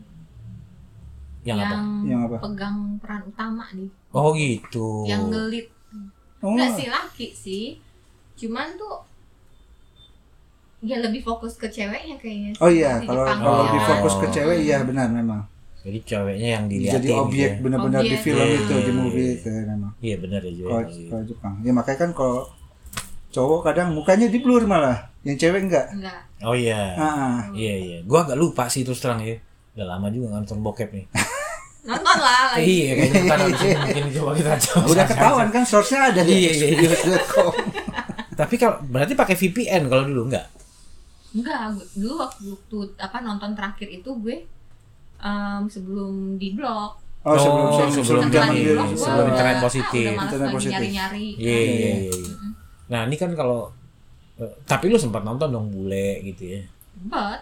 [SPEAKER 1] yang apa?
[SPEAKER 2] Yang apa?
[SPEAKER 3] pegang peran utama nih
[SPEAKER 1] Oh gitu.
[SPEAKER 3] yang ngelit
[SPEAKER 2] Oh,
[SPEAKER 3] nggak sih laki sih cuman tuh ya lebih fokus ke ceweknya kayaknya sih.
[SPEAKER 2] oh iya,
[SPEAKER 3] Di
[SPEAKER 2] kalau
[SPEAKER 3] Jepang
[SPEAKER 2] kalau
[SPEAKER 3] ya.
[SPEAKER 2] lebih
[SPEAKER 1] Oh.
[SPEAKER 2] fokus ke cewek, iya benar memang.
[SPEAKER 1] Jadi ceweknya yang dilihatin.
[SPEAKER 2] Jadi objek
[SPEAKER 1] gitu ya.
[SPEAKER 2] benar-benar di
[SPEAKER 3] Objek.
[SPEAKER 2] film
[SPEAKER 1] Iya,
[SPEAKER 2] itu,
[SPEAKER 1] iya,
[SPEAKER 2] di movie
[SPEAKER 1] iya.
[SPEAKER 2] itu ya, memang.
[SPEAKER 1] Iya benar ya Jo.
[SPEAKER 2] Kalau kalau Jepang. Ya makanya kan kalau cowok kadang mukanya di blur malah, yang cewek enggak.
[SPEAKER 3] enggak
[SPEAKER 1] Oh iya.
[SPEAKER 2] Ah,
[SPEAKER 1] Iya iya. Gua agak lupa sih terus terang ya. Udah lama juga nggak nonton bokep nih.
[SPEAKER 3] nonton lah lagi
[SPEAKER 1] Iya kayaknya ntar abis ini mungkin coba kita coba.
[SPEAKER 2] udah ketahuan kan source-nya ada di
[SPEAKER 1] Iya, iya, iya.
[SPEAKER 2] studios.com.
[SPEAKER 1] Tapi kalau berarti pakai VPN kalau dulu enggak?
[SPEAKER 3] enggak gue- dulu waktu, waktu apa nonton terakhir itu gue em, sebelum di blog
[SPEAKER 2] Oh, sebelum
[SPEAKER 1] Oh,
[SPEAKER 2] sebelum,
[SPEAKER 1] sebelum
[SPEAKER 2] zaman
[SPEAKER 1] di
[SPEAKER 3] di
[SPEAKER 2] dulu. Oh,
[SPEAKER 1] blog,
[SPEAKER 3] gue
[SPEAKER 1] sebelum
[SPEAKER 3] udah-
[SPEAKER 1] internet
[SPEAKER 3] ah,
[SPEAKER 1] positif.
[SPEAKER 3] udah malas
[SPEAKER 2] Internet
[SPEAKER 3] lagi
[SPEAKER 2] positif.
[SPEAKER 3] nyari-nyari
[SPEAKER 1] Iya iya iya. iya. Nah ini kan kalau eh, tapi lu sempat nonton dong bule gitu ya
[SPEAKER 3] but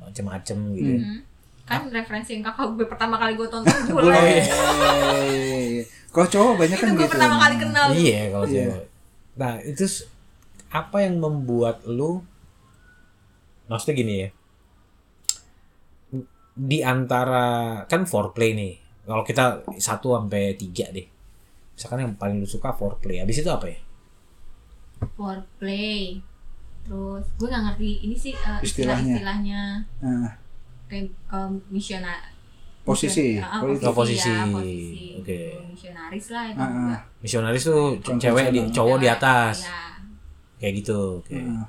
[SPEAKER 1] macem-macem gitu ya.
[SPEAKER 3] hmm, kan referensi yang kakak gue pertama kali gue tonton
[SPEAKER 1] Oh,
[SPEAKER 3] gue
[SPEAKER 2] Boleh.
[SPEAKER 1] iya.
[SPEAKER 2] iya, Kalau cowok banyak
[SPEAKER 3] itu
[SPEAKER 2] kan
[SPEAKER 3] gue
[SPEAKER 2] gitu.
[SPEAKER 3] pertama kali kenal
[SPEAKER 1] iya kalau
[SPEAKER 2] Iya.
[SPEAKER 1] cewek nah itu s- apa yang membuat lu maksudnya gini ya di antara kan foreplay nih kalau kita satu sampai tiga deh misalkan yang paling lu suka foreplay habis itu apa ya
[SPEAKER 3] foreplay terus gue nggak ngerti ini sih
[SPEAKER 2] Istilahnya.
[SPEAKER 3] eh, istilah-istilahnya
[SPEAKER 2] Nah,
[SPEAKER 3] kayak kalau misionari
[SPEAKER 2] Posisi.
[SPEAKER 3] Ah,
[SPEAKER 2] Posisi.
[SPEAKER 3] posisi,
[SPEAKER 1] Oh, posisi.
[SPEAKER 3] ya, posisi.
[SPEAKER 1] Oke.
[SPEAKER 3] misionaris lah itu
[SPEAKER 2] Ah,
[SPEAKER 3] juga.
[SPEAKER 1] misionaris tuh
[SPEAKER 2] Konvensional.
[SPEAKER 1] cewek di, cowok di
[SPEAKER 3] Cewek,
[SPEAKER 1] atas
[SPEAKER 3] ya.
[SPEAKER 1] kayak gitu oke.
[SPEAKER 2] nah.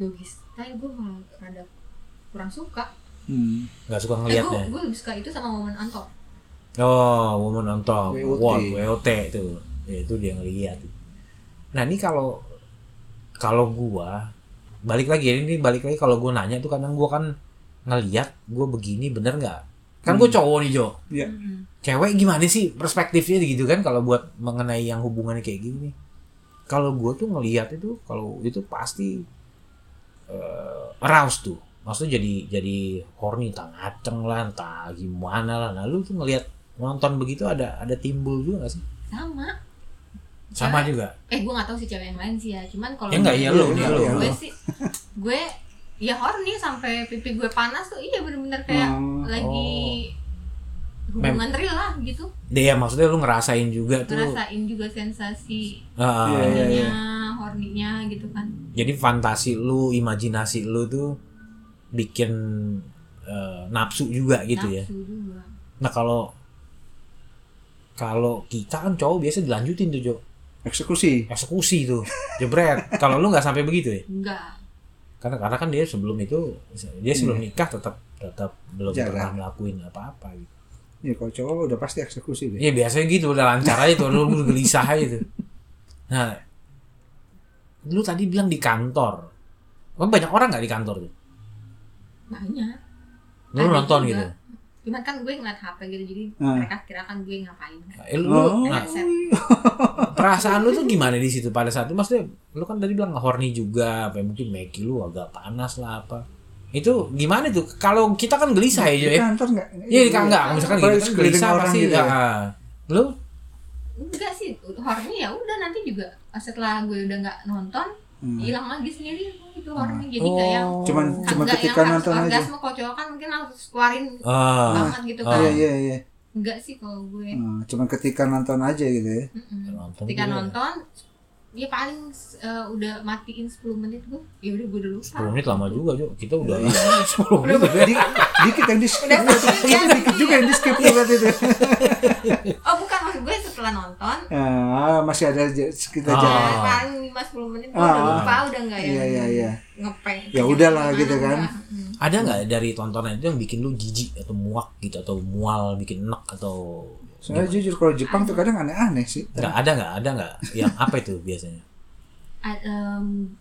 [SPEAKER 3] logis tapi gue malah rada kurang suka
[SPEAKER 2] Hmm.
[SPEAKER 1] nggak suka
[SPEAKER 3] eh, gue
[SPEAKER 1] ngelihatnya
[SPEAKER 3] gue lebih suka itu sama momen on top
[SPEAKER 1] Oh, woman on top.
[SPEAKER 2] WOT.
[SPEAKER 1] Wow, WOT itu. Ya, itu dia ngeliat. Nah, ini kalau kalau gua balik lagi ya, ini balik lagi kalau gua nanya tuh kadang gua kan ngeliat gua begini bener nggak? Kan gua cowok nih, Jo.
[SPEAKER 2] Iya.
[SPEAKER 3] Mhm.
[SPEAKER 1] Cewek gimana sih perspektifnya gitu kan kalau buat mengenai yang hubungannya kayak gini. Kalau gua tuh ngeliat itu kalau itu pasti eh, aroused tuh. Maksudnya jadi jadi horny, tak ngaceng lah, entah gimana lah. Nah, lu tuh ngeliat nonton begitu ada ada timbul juga gak sih?
[SPEAKER 3] sama
[SPEAKER 1] Sama
[SPEAKER 3] Cewek-
[SPEAKER 1] juga.
[SPEAKER 3] eh gue nggak tahu sih cewek yang lain sih ya cuman
[SPEAKER 1] Ya
[SPEAKER 3] kalau
[SPEAKER 1] enggak, iya
[SPEAKER 2] lu,
[SPEAKER 3] gue-
[SPEAKER 2] iya lu, iya
[SPEAKER 3] gue
[SPEAKER 2] lu.
[SPEAKER 3] sih gue ya horny sampai pipi gue panas tuh iya bener-bener kayak
[SPEAKER 2] Hmm,
[SPEAKER 3] lagi hubungan real lah gitu
[SPEAKER 1] Dia Iya, ya, maksudnya lu ngerasain juga tuh.
[SPEAKER 3] ngerasain juga sensasi
[SPEAKER 1] Ah,
[SPEAKER 2] Iya, iya.
[SPEAKER 3] nya horninya gitu kan
[SPEAKER 1] Jadi fantasi lu, imajinasi lu tuh bikin eh, nafsu juga gitu ya.
[SPEAKER 3] nafsu juga
[SPEAKER 1] Nah, kalau kalau kita kan cowok biasa dilanjutin tuh, Jo.
[SPEAKER 2] Eksekusi.
[SPEAKER 1] Eksekusi tuh. Jebret. kalau lu nggak sampai begitu ya.
[SPEAKER 3] enggak
[SPEAKER 1] karena karena kan dia sebelum itu dia sebelum nikah tetap tetap belum
[SPEAKER 2] Iya. Jarang.
[SPEAKER 1] pernah ngelakuin apa-apa gitu.
[SPEAKER 2] Ya kalau cowok udah pasti eksekusi deh.
[SPEAKER 1] Iya biasanya gitu udah lancar aja tuh lu udah gelisah aja tuh. Nah, lu tadi bilang di kantor. Emang banyak orang nggak di kantor tuh?
[SPEAKER 3] banyak
[SPEAKER 1] Lu
[SPEAKER 3] Ada
[SPEAKER 1] nonton
[SPEAKER 3] juga.
[SPEAKER 1] gitu.
[SPEAKER 3] cuman kan gue ngeliat HP gitu jadi
[SPEAKER 2] Ah.
[SPEAKER 3] mereka kirakan gue ngapain
[SPEAKER 1] Eh, lu,
[SPEAKER 2] Oh.
[SPEAKER 1] nah,
[SPEAKER 3] Set.
[SPEAKER 1] perasaan lu tuh gimana di situ pada saat itu? Maksudnya lu kan tadi bilang horny juga, apa ya, mungkin meki lu agak panas lah apa. Itu gimana tuh? Kalau kita kan gelisah ya, Jo, ya.
[SPEAKER 2] Kita ntar nggak?
[SPEAKER 1] Iya, di enggak, misalkan
[SPEAKER 2] Kalau
[SPEAKER 1] gitu kan
[SPEAKER 2] sekeliling
[SPEAKER 1] gelisah
[SPEAKER 2] orang
[SPEAKER 1] pasti.
[SPEAKER 2] gitu
[SPEAKER 1] ya.
[SPEAKER 2] ya.
[SPEAKER 1] Ah. Lu
[SPEAKER 3] enggak sih horny ya udah nanti juga setelah gue udah nggak nonton
[SPEAKER 2] Hmm.
[SPEAKER 3] hilang lagi sendiri itu horny jadi kayak yang
[SPEAKER 2] Cuman cuma
[SPEAKER 3] Enggak,
[SPEAKER 2] ketika
[SPEAKER 3] yang
[SPEAKER 2] nonton aja.
[SPEAKER 3] orgasme kocokan mungkin harus keluarin
[SPEAKER 1] ah.
[SPEAKER 3] banget gitu kan
[SPEAKER 2] Iya iya iya.
[SPEAKER 3] enggak sih kalau gue
[SPEAKER 2] Hmm, Cuman ketika nonton aja gitu ya.
[SPEAKER 1] Hmm.
[SPEAKER 3] Mm-mm.
[SPEAKER 1] Nonton
[SPEAKER 3] ketika
[SPEAKER 1] juga.
[SPEAKER 3] nonton dia paling eh, udah matiin 10 menit gue ya udah gue udah lupa
[SPEAKER 1] 10 menit lama juga, Jo. Kita udah
[SPEAKER 2] Iya.
[SPEAKER 1] 10 menit. udah.
[SPEAKER 2] Di- dikit yang di skip.
[SPEAKER 3] Udah skip ya.
[SPEAKER 2] Iya, Dikit juga yang di skip tuh berarti tuh.
[SPEAKER 3] oh bukan maksud gue setelah nonton
[SPEAKER 2] Ah, masih ada aja sekitar
[SPEAKER 1] Ah.
[SPEAKER 2] jalan.
[SPEAKER 3] ya, paling 5 10 menit gue udah
[SPEAKER 2] Ah.
[SPEAKER 3] lupa udah enggak ya
[SPEAKER 2] Iya iya iya.
[SPEAKER 3] ngepeng
[SPEAKER 2] Ya udahlah gitu kan.
[SPEAKER 3] Mm.
[SPEAKER 1] Ada nggak dari tontonan itu yang bikin lu jijik atau muak gitu atau mual bikin enek atau
[SPEAKER 2] Soalnya jujur kalau Jepang tuh kadang aneh-aneh sih.
[SPEAKER 1] nggak ada nggak ada nggak yang apa itu biasanya?
[SPEAKER 3] Ad- em,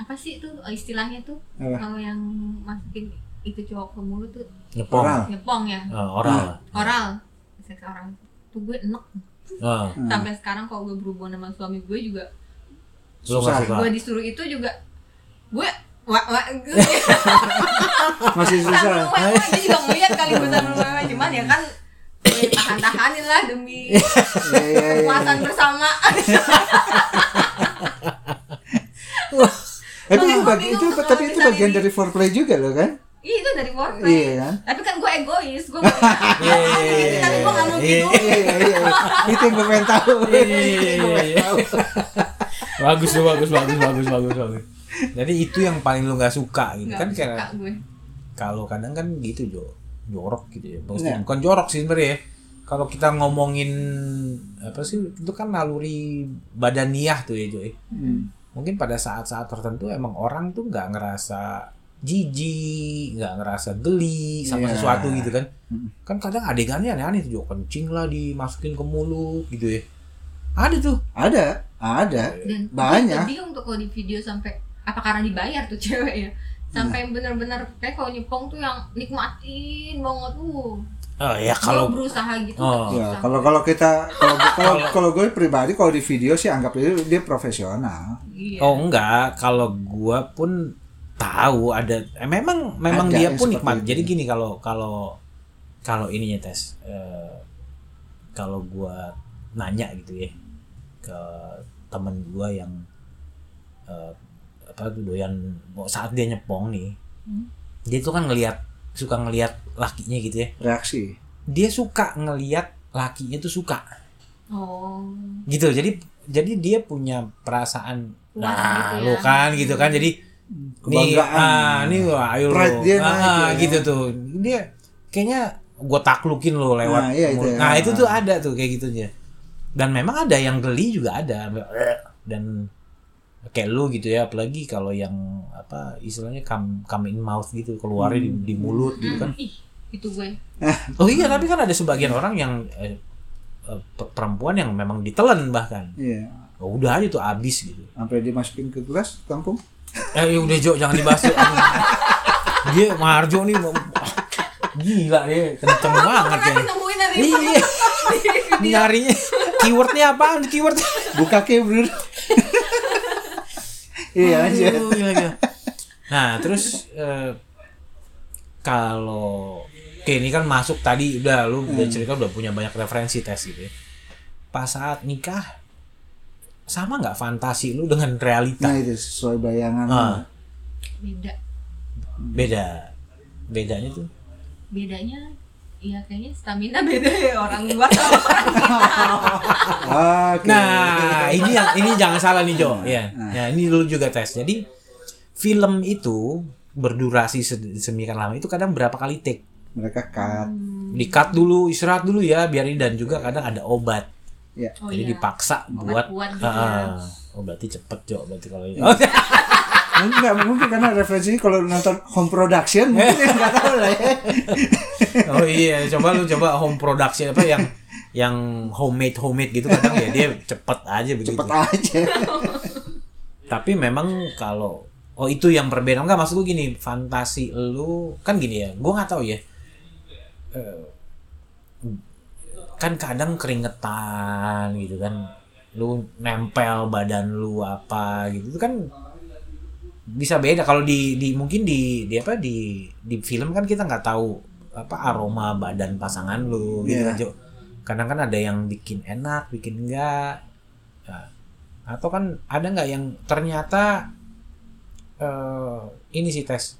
[SPEAKER 3] apa sih itu istilahnya tuh
[SPEAKER 2] Apa?
[SPEAKER 3] kalau yang masukin itu cowok ke mulut tuh
[SPEAKER 1] Ngepong.
[SPEAKER 2] Oral. Iya.
[SPEAKER 3] nyepong ya
[SPEAKER 1] Eh, oral.
[SPEAKER 3] oral seks orang tuh gue enek
[SPEAKER 1] Ah,
[SPEAKER 2] Hmm.
[SPEAKER 3] sampai sekarang kalau gue berhubungan sama suami gue juga
[SPEAKER 1] lu nggak
[SPEAKER 2] Susah.
[SPEAKER 1] suka.
[SPEAKER 3] gue disuruh itu juga gue wah wah gue
[SPEAKER 2] Masih
[SPEAKER 3] sambil
[SPEAKER 2] susah. Iya,
[SPEAKER 3] wah wah dia juga ngeliat kali gue sambil wah wah cuman ya kan gue tahan tahanin lah demi
[SPEAKER 2] Iya iya iya.
[SPEAKER 3] kepuasan bersama
[SPEAKER 2] Tapi itu
[SPEAKER 3] Makanya
[SPEAKER 2] bagi
[SPEAKER 3] gua
[SPEAKER 2] itu
[SPEAKER 3] bingung
[SPEAKER 2] tapi itu
[SPEAKER 3] kalau
[SPEAKER 2] bagian
[SPEAKER 3] kita
[SPEAKER 2] dari foreplay juga loh kan?
[SPEAKER 3] Ih, itu dari foreplay
[SPEAKER 2] Iya kan?
[SPEAKER 3] tapi kan gue egois gue mau ngeliat, tapi gue nggak mau gitu
[SPEAKER 2] Iya iya iya. Itu yang gue pengen tahu.
[SPEAKER 1] Iya, iya, iya,
[SPEAKER 2] Itu yang gue pengen
[SPEAKER 1] iya.
[SPEAKER 2] tahu.
[SPEAKER 1] bagus tuh, bagus bagus bagus bagus bagus. Jadi itu yang paling lu nggak suka gitu
[SPEAKER 3] nggak
[SPEAKER 1] kan
[SPEAKER 3] suka
[SPEAKER 1] kayak-
[SPEAKER 3] gue
[SPEAKER 1] kalau kadang kan gitu Jo jorok gitu ya
[SPEAKER 2] Iya.
[SPEAKER 1] Maksudnya, bukan jorok sih sebenarnya ya. kalau kita ngomongin apa sih itu kan naluri badaniah tuh ya Jo ya.
[SPEAKER 2] Hmm.
[SPEAKER 1] mungkin pada saat-saat tertentu emang orang tuh nggak ngerasa jijik nggak ngerasa geli sama
[SPEAKER 2] Iya.
[SPEAKER 1] sesuatu gitu kan
[SPEAKER 2] Mm.
[SPEAKER 1] kan kadang adegannya aneh-aneh tuh Jo kencing lah dimasukin ke mulut gitu ya ada tuh
[SPEAKER 2] Ada, ada.
[SPEAKER 1] Iya,
[SPEAKER 3] dan
[SPEAKER 2] Banyak.
[SPEAKER 3] gue bingung tuh kalau di video sampai apa karena dibayar tuh cewek ya
[SPEAKER 1] Iya.
[SPEAKER 3] sampai bener-bener kayak kalau nyepong tuh yang nikmatin banget uh
[SPEAKER 1] oh ya
[SPEAKER 3] kalau
[SPEAKER 1] kalau
[SPEAKER 3] berusaha gitu
[SPEAKER 1] Oh.
[SPEAKER 3] tapi
[SPEAKER 2] Ya,
[SPEAKER 3] susah.
[SPEAKER 2] kalau kalau kita kalau kalau, kalau gue pribadi kalau di video sih anggap dia, dia profesional.
[SPEAKER 3] Iya.
[SPEAKER 1] Oh enggak, kalau gua pun tahu ada eh, memang memang
[SPEAKER 2] Ada
[SPEAKER 1] dia
[SPEAKER 2] yang
[SPEAKER 1] pun
[SPEAKER 2] seperti
[SPEAKER 1] nikmat.
[SPEAKER 2] itu.
[SPEAKER 1] Jadi gini kalau kalau kalau ininya tes eh, kalau gua nanya gitu ya ke temen gua yang eh, apa tuh doyan oh, saat dia nyepong nih.
[SPEAKER 3] Hmm.
[SPEAKER 1] Dia tuh kan ngelihat suka ngelihat lakinya gitu ya.
[SPEAKER 2] Reaksi.
[SPEAKER 1] Dia suka ngelihat lakinya tuh suka
[SPEAKER 3] Oh.
[SPEAKER 1] gitu. Jadi jadi dia punya perasaan
[SPEAKER 3] Puas
[SPEAKER 1] nah
[SPEAKER 3] gitu ya.
[SPEAKER 1] lu kan gitu kan. Jadi nih
[SPEAKER 2] Kebanggaan.
[SPEAKER 1] ah nih wah, ayo lu
[SPEAKER 2] Pride dia
[SPEAKER 1] Ah,
[SPEAKER 2] naik, ya.
[SPEAKER 1] gitu tuh dia kayaknya gua taklukin lo lewat
[SPEAKER 2] Nah, iya, itu
[SPEAKER 1] mulut.
[SPEAKER 2] ya.
[SPEAKER 1] nah itu tuh ada tuh kayak gitunya dan memang ada yang geli juga ada dan kayak lu gitu ya apalagi kalau yang apa istilahnya come, come in mouth gitu keluarnya di, di mulut gitu kan
[SPEAKER 3] Hmm, Ih, itu gue.
[SPEAKER 2] Hmm.
[SPEAKER 1] oh iya tapi kan ada sebagian orang yang eh, eh, pe- perempuan yang memang ditelan bahkan
[SPEAKER 2] Iya.
[SPEAKER 1] Oh, udah aja tuh abis gitu
[SPEAKER 2] Sampai dimasukin ke gelas tampung.
[SPEAKER 1] Eh ya udah Jo jangan dibahas Jo. dia Marjo nih mau- ah, gila dia kenceng banget
[SPEAKER 3] Pernah
[SPEAKER 1] ya.
[SPEAKER 3] nemuin dari
[SPEAKER 1] Iya. Nyarinya keywordnya apaan? Keyword.
[SPEAKER 2] Buka ke bro. iya aja.
[SPEAKER 1] Aduh, gila, gila. Nah terus eh, kalau Oke ini kan masuk tadi udah lu udah
[SPEAKER 2] Hmm.
[SPEAKER 1] cerita udah punya banyak referensi tes gitu ya. Pas saat nikah sama nggak fantasi lu dengan realita?
[SPEAKER 2] Nah itu sesuai bayangan.
[SPEAKER 1] Ah.
[SPEAKER 3] beda.
[SPEAKER 1] Beda. Bedanya tuh
[SPEAKER 3] Bedanya ya kayaknya stamina beda ya orang luar sama orang kita.
[SPEAKER 2] Oke.
[SPEAKER 1] Nah, ini yang ini jangan salah nih Jo. Ya, ya ini dulu juga tes. Jadi film itu berdurasi se- semikian lama itu kadang berapa kali take?
[SPEAKER 2] Mereka cut.
[SPEAKER 3] Hmm.
[SPEAKER 1] Di cut dulu, istirahat dulu ya, biar ini dan juga kadang ada obat.
[SPEAKER 2] Ya.
[SPEAKER 3] Oh
[SPEAKER 1] Jadi
[SPEAKER 3] iya.
[SPEAKER 1] dipaksa buat
[SPEAKER 3] Obat kuat gitu ya.
[SPEAKER 1] Ah, Oh, berarti cepet Jo berarti kalau ini. Oh,
[SPEAKER 2] Enggak mungkin karena referensinya kalau nonton home production mungkin dia nggak tahu lah ya.
[SPEAKER 1] oh iya, coba lu coba home production apa yang yang homemade homemade gitu kadang ya dia cepet aja begitu.
[SPEAKER 2] Cepet aja.
[SPEAKER 1] Tapi memang kalau oh itu yang perbedaan enggak maksud gue gini fantasi lu kan gini ya gue nggak tahu ya Eh, kan kadang keringetan gitu kan lu nempel badan lu apa gitu itu kan bisa beda kalau di, di mungkin di, di apa di di film kan kita nggak tahu apa aroma badan pasangan lu gitu
[SPEAKER 2] Iya.
[SPEAKER 1] kan, Jo. kadang kan ada yang bikin enak bikin enggak Nah, atau kan ada nggak yang ternyata eh, ini sih tes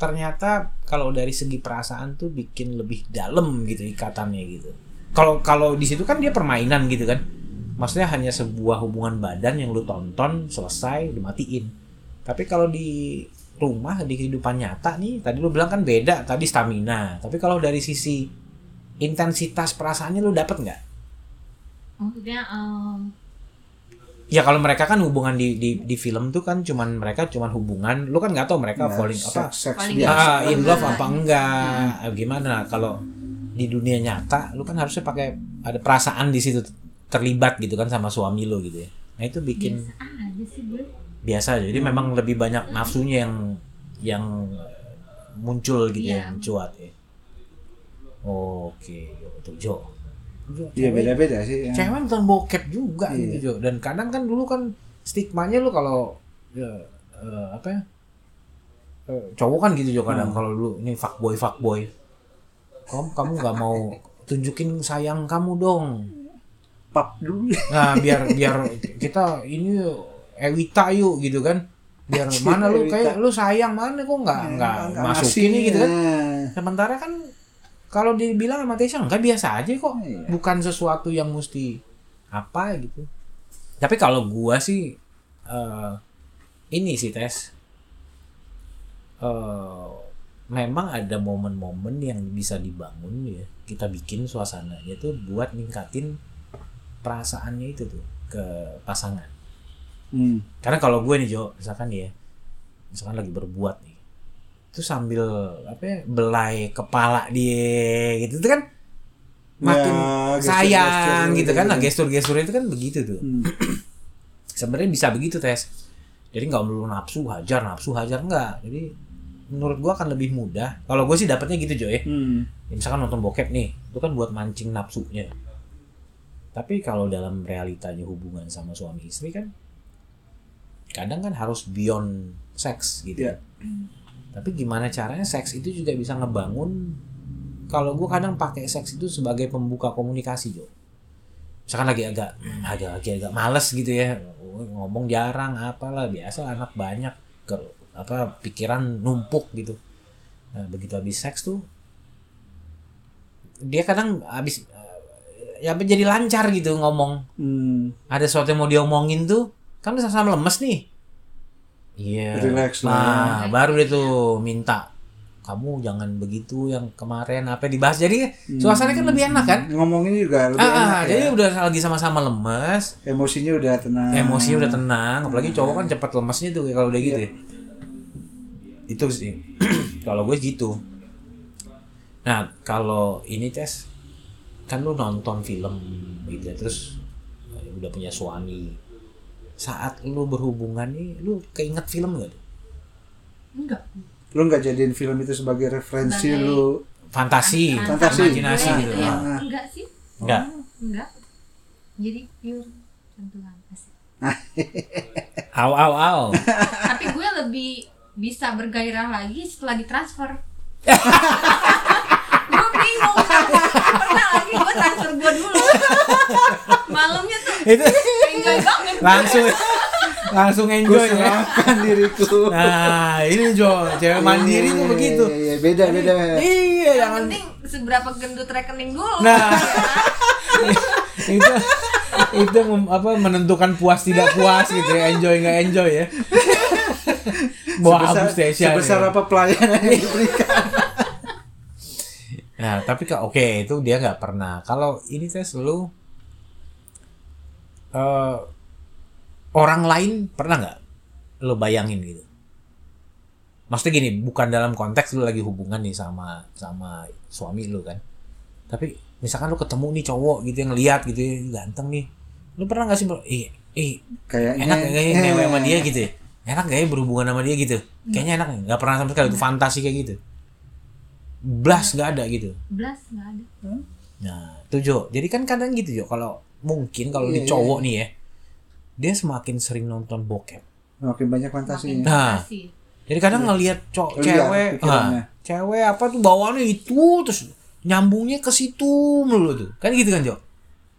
[SPEAKER 1] ternyata kalau dari segi perasaan tuh bikin lebih dalam gitu ikatannya gitu kalau kalau di situ kan dia permainan gitu kan maksudnya hanya sebuah hubungan badan yang lu tonton selesai dimatiin tapi kalau di rumah di kehidupan nyata nih tadi lu bilang kan beda tadi stamina tapi kalau dari sisi intensitas perasaannya lu dapet nggak
[SPEAKER 3] maksudnya ehm, em,
[SPEAKER 1] ya kalau mereka kan hubungan di di, di film tuh kan cuman mereka cuman hubungan lu kan nggak tahu mereka falling apa
[SPEAKER 2] Nah, seks, seks
[SPEAKER 3] Falling
[SPEAKER 2] biasa.
[SPEAKER 1] ah, in love
[SPEAKER 3] Enggak.
[SPEAKER 1] apa enggak Eh, gimana Nah, kalau di dunia nyata lu kan harusnya pakai ada perasaan di situ terlibat gitu kan sama suami lu gitu ya nah itu bikin
[SPEAKER 3] biasa aja sih gue
[SPEAKER 1] biasa aja. jadi memang lebih banyak nafsunya yang yang muncul gitu ya,
[SPEAKER 3] Iya.
[SPEAKER 1] yang cuat ya oke betul Jo Jo,
[SPEAKER 2] Iya
[SPEAKER 1] cewek-
[SPEAKER 2] beda-beda sih. ya.
[SPEAKER 1] cewek nonton bokep juga
[SPEAKER 2] Iya.
[SPEAKER 1] gitu Jo. dan kadang kan dulu kan stigmanya lu kalau ya, eh, apa ya eh, cowok kan gitu Jo
[SPEAKER 2] Hmm.
[SPEAKER 1] kadang kalau dulu ini fuckboy fuckboy kamu kamu nggak mau tunjukin sayang kamu dong
[SPEAKER 2] Pap dulu.
[SPEAKER 1] nah biar biar kita ini yuk, Ewita yuk gitu kan biar mana lu kayak lu sayang mana kok nggak
[SPEAKER 2] Iya,
[SPEAKER 1] nggak
[SPEAKER 2] Angkat
[SPEAKER 1] Ah, masuk
[SPEAKER 2] nasi,
[SPEAKER 1] ini gitu kan
[SPEAKER 2] nah.
[SPEAKER 1] sementara kan kalau dibilang sama Tesha enggak biasa aja kok
[SPEAKER 2] Iya.
[SPEAKER 1] bukan sesuatu yang mesti apa gitu tapi kalau gua sih eh, ini sih tes Eh, memang ada momen-momen yang bisa dibangun ya kita bikin suasananya tuh buat ningkatin perasaannya itu tuh ke pasangan
[SPEAKER 2] Hmm.
[SPEAKER 1] karena kalau gue nih Jo, misalkan ya, misalkan lagi berbuat nih, itu sambil apa ya, belai kepala dia gitu itu kan makin
[SPEAKER 2] Ya, gestur-gestur
[SPEAKER 1] sayang gitu kan, nah
[SPEAKER 2] gitu.
[SPEAKER 1] gestur-gestur itu kan begitu tuh.
[SPEAKER 2] Hmm.
[SPEAKER 1] Sebenarnya bisa begitu tes. Jadi nggak perlu nafsu hajar, nafsu hajar nggak. Jadi menurut gue akan lebih mudah. Kalau gue sih dapatnya gitu Jo ya.
[SPEAKER 2] Hmm.
[SPEAKER 1] Ya, misalkan nonton bokep nih, itu kan buat mancing nafsunya. Tapi kalau dalam realitanya hubungan sama suami istri kan, kadang kan harus beyond seks gitu.
[SPEAKER 2] Iya.
[SPEAKER 1] Tapi gimana caranya seks itu juga bisa ngebangun? Kalau gue kadang pakai seks itu sebagai pembuka komunikasi Jo. Misalkan lagi agak hmm, agak lagi agak males gitu ya, ngomong jarang apalah biasa anak banyak ke apa pikiran numpuk gitu. Nah, begitu habis seks tuh dia kadang habis eh, ya apa, jadi lancar gitu ngomong
[SPEAKER 2] Hmm.
[SPEAKER 1] ada sesuatu yang mau diomongin tuh kan udah sama-sama lemes nih iya
[SPEAKER 2] Relax
[SPEAKER 1] nah
[SPEAKER 3] lah.
[SPEAKER 1] baru dia tuh minta kamu jangan begitu yang kemarin apa yang dibahas jadi suasana kan lebih enak kan
[SPEAKER 2] Ngomongin juga Hmm. lebih
[SPEAKER 1] ah, ah,
[SPEAKER 2] enak
[SPEAKER 1] jadi
[SPEAKER 2] ya.
[SPEAKER 1] udah lagi sama-sama lemes
[SPEAKER 2] Emosinya udah tenang.
[SPEAKER 1] emosinya
[SPEAKER 2] Hmm.
[SPEAKER 1] udah tenang apalagi cowok kan cepat lemesnya tuh kalau udah
[SPEAKER 2] Iya.
[SPEAKER 1] gitu ya itu sih kalau gue gitu nah kalau ini tes kan lu nonton film gitu ya, terus eh, udah punya suami saat lu berhubungan nih lu keinget film gak tuh
[SPEAKER 3] enggak
[SPEAKER 2] Lu nggak jadiin film itu sebagai referensi
[SPEAKER 3] Sebagai-
[SPEAKER 2] lu.
[SPEAKER 1] fantasi
[SPEAKER 2] Fantasi.
[SPEAKER 1] imajinasi
[SPEAKER 3] Gue
[SPEAKER 1] gitu
[SPEAKER 3] gitu ya.
[SPEAKER 2] Ah.
[SPEAKER 3] enggak sih Oh,
[SPEAKER 1] enggak
[SPEAKER 3] enggak jadi pure sentuhan asik.
[SPEAKER 1] aw aw aw
[SPEAKER 3] tapi gue lebih bisa bergairah lagi setelah ditransfer gue bingung pernah lagi gue transfer gue dulu malamnya tuh
[SPEAKER 1] itu
[SPEAKER 3] enjoy banget
[SPEAKER 1] langsung langsung
[SPEAKER 2] Gue
[SPEAKER 1] enjoy ya
[SPEAKER 2] serahkan diriku.
[SPEAKER 1] nah ini Jo cewek mandiri tuh
[SPEAKER 2] Iya,
[SPEAKER 1] begitu
[SPEAKER 2] iya, iya. beda beda.
[SPEAKER 1] iya
[SPEAKER 3] yang
[SPEAKER 1] jangan
[SPEAKER 3] penting seberapa gendut rekening dulu
[SPEAKER 1] Nah. itu itu mem- apa menentukan puas tidak puas gitu ya enjoy nggak enjoy ya bawa
[SPEAKER 2] sebesar,
[SPEAKER 1] habis ya. Tesya
[SPEAKER 2] sebesar
[SPEAKER 1] nih.
[SPEAKER 2] apa pelayanan
[SPEAKER 1] Iya.
[SPEAKER 2] yang diberikan?
[SPEAKER 1] nah tapi ka- oke itu dia nggak pernah kalau ini saya selalu eh orang lain pernah nggak lo bayangin gitu maksudnya gini bukan dalam konteks lu lagi hubungan nih sama sama suami lu kan tapi misalkan lu ketemu nih cowok gitu yang lihat gitu ya ganteng nih lu pernah nggak sih bro eh eh
[SPEAKER 2] Kayaknya Eh,
[SPEAKER 1] enak ya, kayaknya ngewe sama dia gitu ya enak gak ya berhubungan sama dia gitu kayaknya enak nih nggak pernah sama sekali itu fantasi kayak gitu blast nggak ada gitu
[SPEAKER 3] Belas nggak ada.
[SPEAKER 1] nah itu Jo jadi kan kadang gitu Jo kalau mungkin kalau di
[SPEAKER 2] Iya,
[SPEAKER 1] cowok nih ya dia semakin sering nonton bokep
[SPEAKER 2] Makin banyak
[SPEAKER 3] Makin
[SPEAKER 2] fantasinya.
[SPEAKER 1] Nah.
[SPEAKER 3] fantasi.
[SPEAKER 1] jadi kadang ngelihat cowok
[SPEAKER 2] Liar
[SPEAKER 1] cewek
[SPEAKER 2] Iya. pikirannya.
[SPEAKER 1] ah, cewek apa tuh bawaannya itu terus nyambungnya ke situ melulu tuh kan gitu kan Jo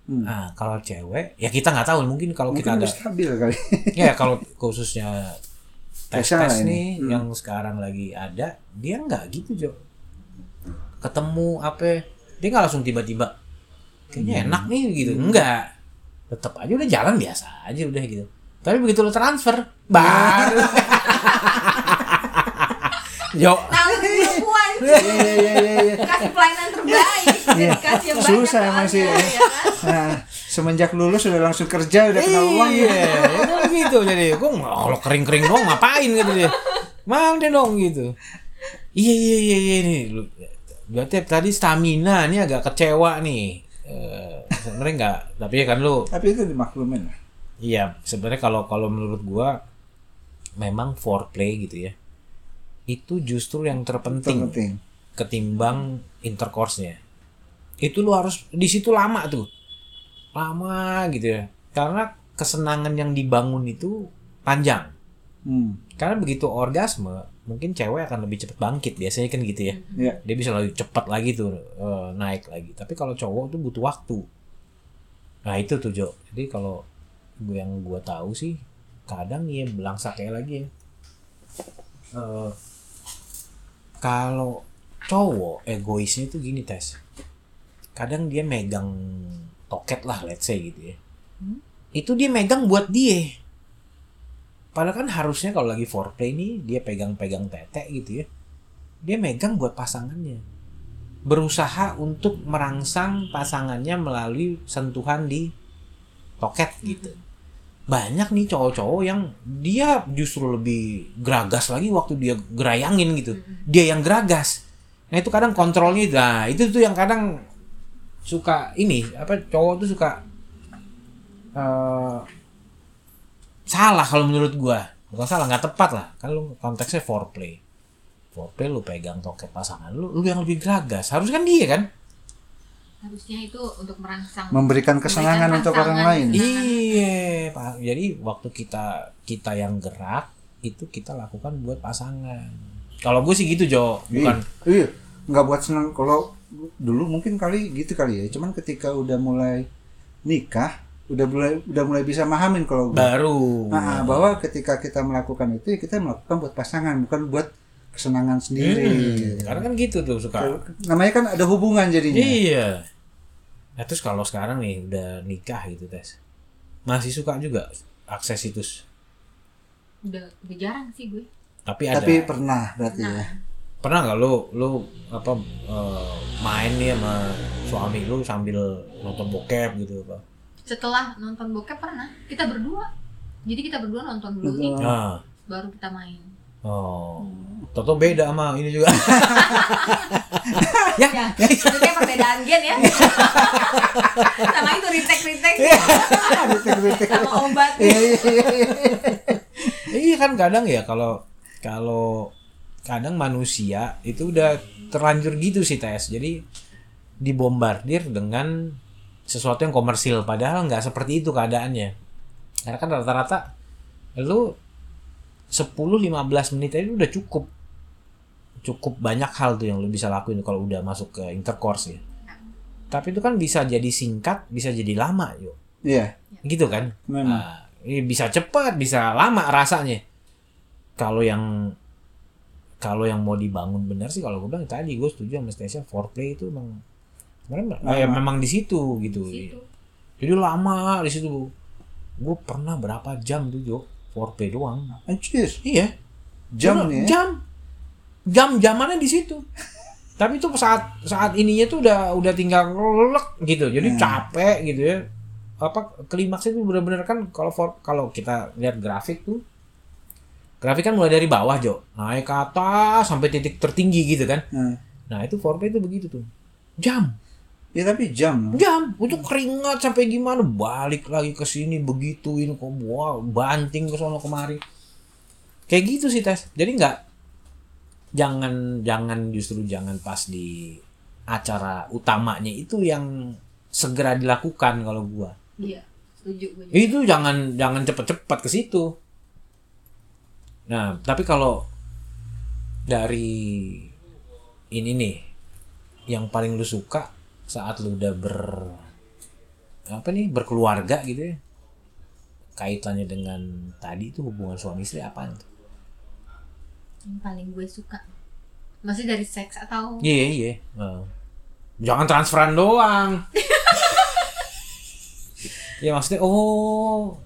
[SPEAKER 2] Hmm.
[SPEAKER 1] nah kalau cewek ya kita nggak tahu mungkin kalau kita
[SPEAKER 2] Mungkin
[SPEAKER 1] ada
[SPEAKER 2] udah stabil kali.
[SPEAKER 1] ya kalau khususnya tes
[SPEAKER 2] Tesla
[SPEAKER 1] tes
[SPEAKER 2] ini.
[SPEAKER 1] nih
[SPEAKER 2] Hmm.
[SPEAKER 1] yang sekarang lagi ada dia nggak gitu Jo ketemu apa dia nggak langsung tiba-tiba
[SPEAKER 2] Hmm.
[SPEAKER 1] kayaknya enak nih gitu enggak tetap aja udah jalan biasa aja udah gitu tapi begitu lo transfer baru Jo
[SPEAKER 3] Tangan perempuan
[SPEAKER 2] Iya iya iya iya, iya.
[SPEAKER 3] kasih pelayanan terbaik,
[SPEAKER 2] Iya.
[SPEAKER 3] kasih yang banyak
[SPEAKER 2] Susah
[SPEAKER 3] soalnya,
[SPEAKER 2] masih, ya.
[SPEAKER 3] ya kan?
[SPEAKER 2] Nah, semenjak lulus udah langsung kerja udah kenal uang
[SPEAKER 1] Iya,
[SPEAKER 2] ya.
[SPEAKER 1] ya kan gitu jadi gue kalau kering-kering doang ngapain gitu dia. Mana dong gitu. Iya iya iya iya nih. Lu- Berarti tadi stamina ini agak kecewa nih. Eh, sebenarnya enggak, tapi ya kan lu
[SPEAKER 2] Tapi itu dimaklumin lah.
[SPEAKER 1] iya sebenarnya kalau kalau menurut gua memang foreplay gitu ya. Itu justru yang
[SPEAKER 2] Itu
[SPEAKER 1] terpenting
[SPEAKER 2] penting.
[SPEAKER 1] ketimbang intercourse-nya. Itu lu harus di situ lama tuh. Lama gitu ya. Karena kesenangan yang dibangun itu panjang.
[SPEAKER 2] Hmm.
[SPEAKER 1] Karena begitu orgasme, mungkin cewek akan lebih cepat bangkit biasanya kan gitu ya.
[SPEAKER 2] Ya.
[SPEAKER 1] Dia bisa lebih cepat lagi tuh eh, naik lagi. Tapi kalau cowok tuh butuh waktu. Nah, itu tuh, Jo. Jadi kalau gue yang gua tahu sih kadang ya belangsaknya lagi ya. Eh, kalau cowok egoisnya tuh gini tes kadang dia megang toket lah let's say gitu ya itu dia megang buat dia padahal kan harusnya kalau lagi foreplay nih dia pegang-pegang tete gitu ya dia megang buat pasangannya berusaha untuk merangsang pasangannya melalui sentuhan di toket gitu banyak nih cowok-cowok yang dia justru lebih geragas lagi waktu dia gerayangin gitu dia yang geragas nah itu kadang kontrolnya nah itu tuh yang kadang suka ini apa cowok tuh suka eh, salah kalau menurut gua bukan salah nggak tepat lah kan lu konteksnya foreplay foreplay lu pegang toket pasangan lu lu yang lebih geragas harus kan dia kan
[SPEAKER 3] Harusnya itu untuk merangsang
[SPEAKER 2] Memberikan kesenangan
[SPEAKER 3] Memberikan
[SPEAKER 2] untuk orang lain.
[SPEAKER 3] rangsangan.
[SPEAKER 1] Iya, Pak. Jadi waktu kita kita yang gerak itu kita lakukan buat pasangan. Kalau gue sih gitu Jo, bukan.
[SPEAKER 2] Iya, iya. nggak buat senang kalau dulu mungkin kali gitu kali ya. Cuman ketika udah mulai nikah, udah mulai udah mulai bisa mahamin kalau gua.
[SPEAKER 1] Baru.
[SPEAKER 2] Nah, bahwa ketika kita melakukan itu ya kita melakukan buat pasangan, bukan buat kesenangan sendiri.
[SPEAKER 1] Hmm, Karena kan gitu tuh suka.
[SPEAKER 2] Namanya kan ada hubungan jadinya.
[SPEAKER 1] Iya. Nah terus kalau sekarang nih udah nikah gitu tes, masih suka juga akses situs.
[SPEAKER 3] udah, udah jarang sih gue.
[SPEAKER 1] Tapi ada.
[SPEAKER 2] Tapi pernah berarti ya.
[SPEAKER 1] pernah nggak lo lo apa eh, main nih sama suami lu sambil nonton bokep gitu apa?
[SPEAKER 3] Setelah nonton bokep pernah kita berdua. Jadi kita berdua nonton dulu nih,
[SPEAKER 2] Oh.
[SPEAKER 1] Nah,
[SPEAKER 3] baru kita main.
[SPEAKER 1] Oh. Toto beda sama ini juga.
[SPEAKER 3] Ya, itu dia perbedaan gen ya. Sama itu retake-retake sama obat.
[SPEAKER 2] Iya, iya, iya, iya.
[SPEAKER 1] iya kan kadang ya kalau kalau kadang manusia itu udah terlanjur gitu sih tes. Jadi dibombardir dengan sesuatu yang komersil padahal nggak seperti itu keadaannya. Karena kan rata-rata lu 10 15 menit aja udah cukup cukup banyak hal tuh yang lu bisa lakuin kalau udah masuk ke intercourse ya. Tapi itu kan bisa jadi singkat, bisa jadi lama, yuk.
[SPEAKER 2] Iya,
[SPEAKER 1] Gitu kan?
[SPEAKER 2] memang.
[SPEAKER 1] Nah, ini bisa cepat, bisa lama rasanya. Kalau yang kalau yang mau dibangun benar sih kalau gue bilang tadi gue setuju sama Stasia foreplay itu memang sebenarnya
[SPEAKER 2] Lama.
[SPEAKER 1] eh, memang di situ gitu.
[SPEAKER 3] Situ.
[SPEAKER 1] Jadi lama di situ. Gue pernah berapa jam tuh Jo foreplay doang.
[SPEAKER 2] Anjir,
[SPEAKER 1] Iya.
[SPEAKER 2] jam
[SPEAKER 1] Bener,
[SPEAKER 2] nih ya.
[SPEAKER 1] Jam. Jam jamannya di situ. Tapi itu saat saat ininya tuh udah udah tinggal lelek gitu. Jadi
[SPEAKER 2] Hmm.
[SPEAKER 1] capek gitu ya. Apa klimaksnya itu benar-benar kan kalau for- kalau kita lihat grafik tuh grafik kan mulai dari bawah, Jo. Naik ke atas sampai titik tertinggi gitu kan.
[SPEAKER 2] Nah,
[SPEAKER 1] Nah, itu foreplay itu begitu tuh. Jam,
[SPEAKER 2] ya tapi jam.
[SPEAKER 1] jam, itu keringat sampai gimana balik lagi ke sini begituin kok wah, banting ke sono kemari. kayak gitu sih tes jadi nggak jangan jangan justru jangan pas di acara utamanya itu yang segera dilakukan kalau gua
[SPEAKER 3] Iya, setuju gue. juga.
[SPEAKER 1] itu jangan jangan cepet-cepet ke situ nah tapi kalau dari ini nih yang paling lu suka saat lu udah ber apa nih berkeluarga gitu ya kaitannya dengan tadi itu hubungan suami istri apaan tuh
[SPEAKER 3] Yang paling gue suka. Masih dari seks atau
[SPEAKER 1] iya iya iya Nah. jangan transferan doang ya maksudnya oh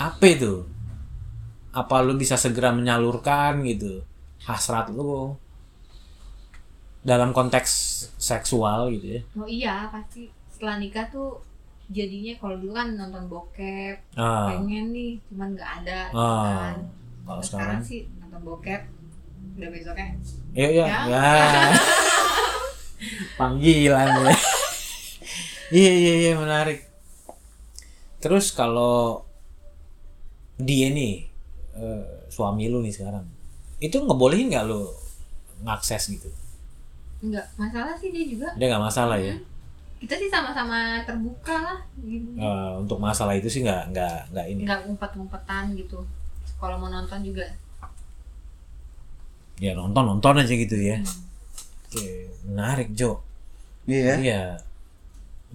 [SPEAKER 1] apa itu apa lu bisa segera menyalurkan gitu hasrat lu dalam konteks seksual gitu ya
[SPEAKER 3] Oh iya, pasti setelah nikah tuh jadinya kalau dulu kan nonton bokep,
[SPEAKER 1] ah,
[SPEAKER 3] pengen nih, cuman nggak ada gitu
[SPEAKER 1] ah.
[SPEAKER 3] kan.
[SPEAKER 1] kalau sekarang
[SPEAKER 3] Terus sekarang sih nonton bokep, udah besoknya
[SPEAKER 1] Iya, iya.
[SPEAKER 3] Ya.
[SPEAKER 1] Ya. Panggilan ya. Iya, iya, iya, menarik. Terus kalau dia nih eh, suami lu nih sekarang. Itu ngebolehin nggak lu ngakses gitu?
[SPEAKER 3] nggak masalah sih dia juga.
[SPEAKER 1] Dia nggak masalah ya.
[SPEAKER 3] Kita sih sama-sama terbuka lah, gitu.
[SPEAKER 1] Eh, untuk masalah itu sih nggak nggak nggak ini.
[SPEAKER 3] nggak ngumpet-ngumpetan gitu. Kalau mau nonton juga
[SPEAKER 1] Ya nonton nonton aja gitu ya. Oke, menarik Jo.
[SPEAKER 2] Iya.
[SPEAKER 1] Iya.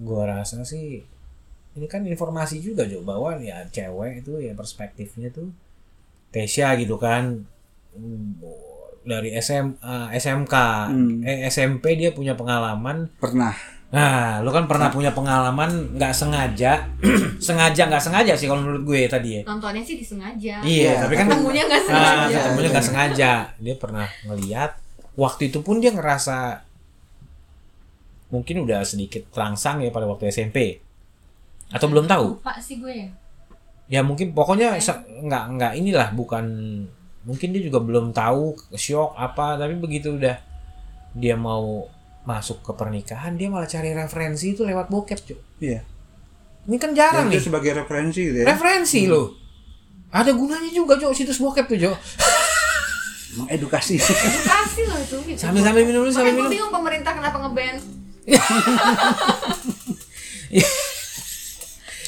[SPEAKER 1] Gua rasa sih ini kan informasi juga Jo bahwa ya cewek itu ya perspektifnya tuh Tesya gitu kan hmm, dari SMA, SMK,
[SPEAKER 2] Hmm.
[SPEAKER 1] eh, SMP dia punya pengalaman.
[SPEAKER 2] Pernah.
[SPEAKER 1] Nah, lu kan pernah punya pengalaman nggak sengaja, sengaja nggak sengaja sih kalau menurut gue tadi ya.
[SPEAKER 3] nontonnya sih disengaja.
[SPEAKER 1] Iya, tapi kan
[SPEAKER 3] Ketemunya nggak
[SPEAKER 1] Nah,
[SPEAKER 3] sengaja.
[SPEAKER 1] ketemunya nggak sengaja. Dia pernah ngeliat. Waktu itu pun dia ngerasa mungkin udah sedikit terangsang ya pada waktu SMP. Atau belum tahu?
[SPEAKER 3] Lupa sih gue ya.
[SPEAKER 1] Ya mungkin pokoknya se- nggak nggak inilah bukan mungkin dia juga belum tahu shock apa tapi begitu udah dia mau masuk ke pernikahan dia malah cari referensi itu lewat bokep cuy.
[SPEAKER 2] Iya.
[SPEAKER 1] Ini kan jarang
[SPEAKER 2] Ya, Itu
[SPEAKER 1] nih.
[SPEAKER 2] sebagai referensi gitu ya.
[SPEAKER 1] Referensi loh. Ada gunanya juga Jo situs bokep tuh Jo.
[SPEAKER 2] Mengedukasi.
[SPEAKER 3] Kasih loh itu. Gitu.
[SPEAKER 1] Sambil-sambil minum dulu, sambil
[SPEAKER 3] Makanya gue
[SPEAKER 1] minum.
[SPEAKER 3] bingung pemerintah kenapa ngeban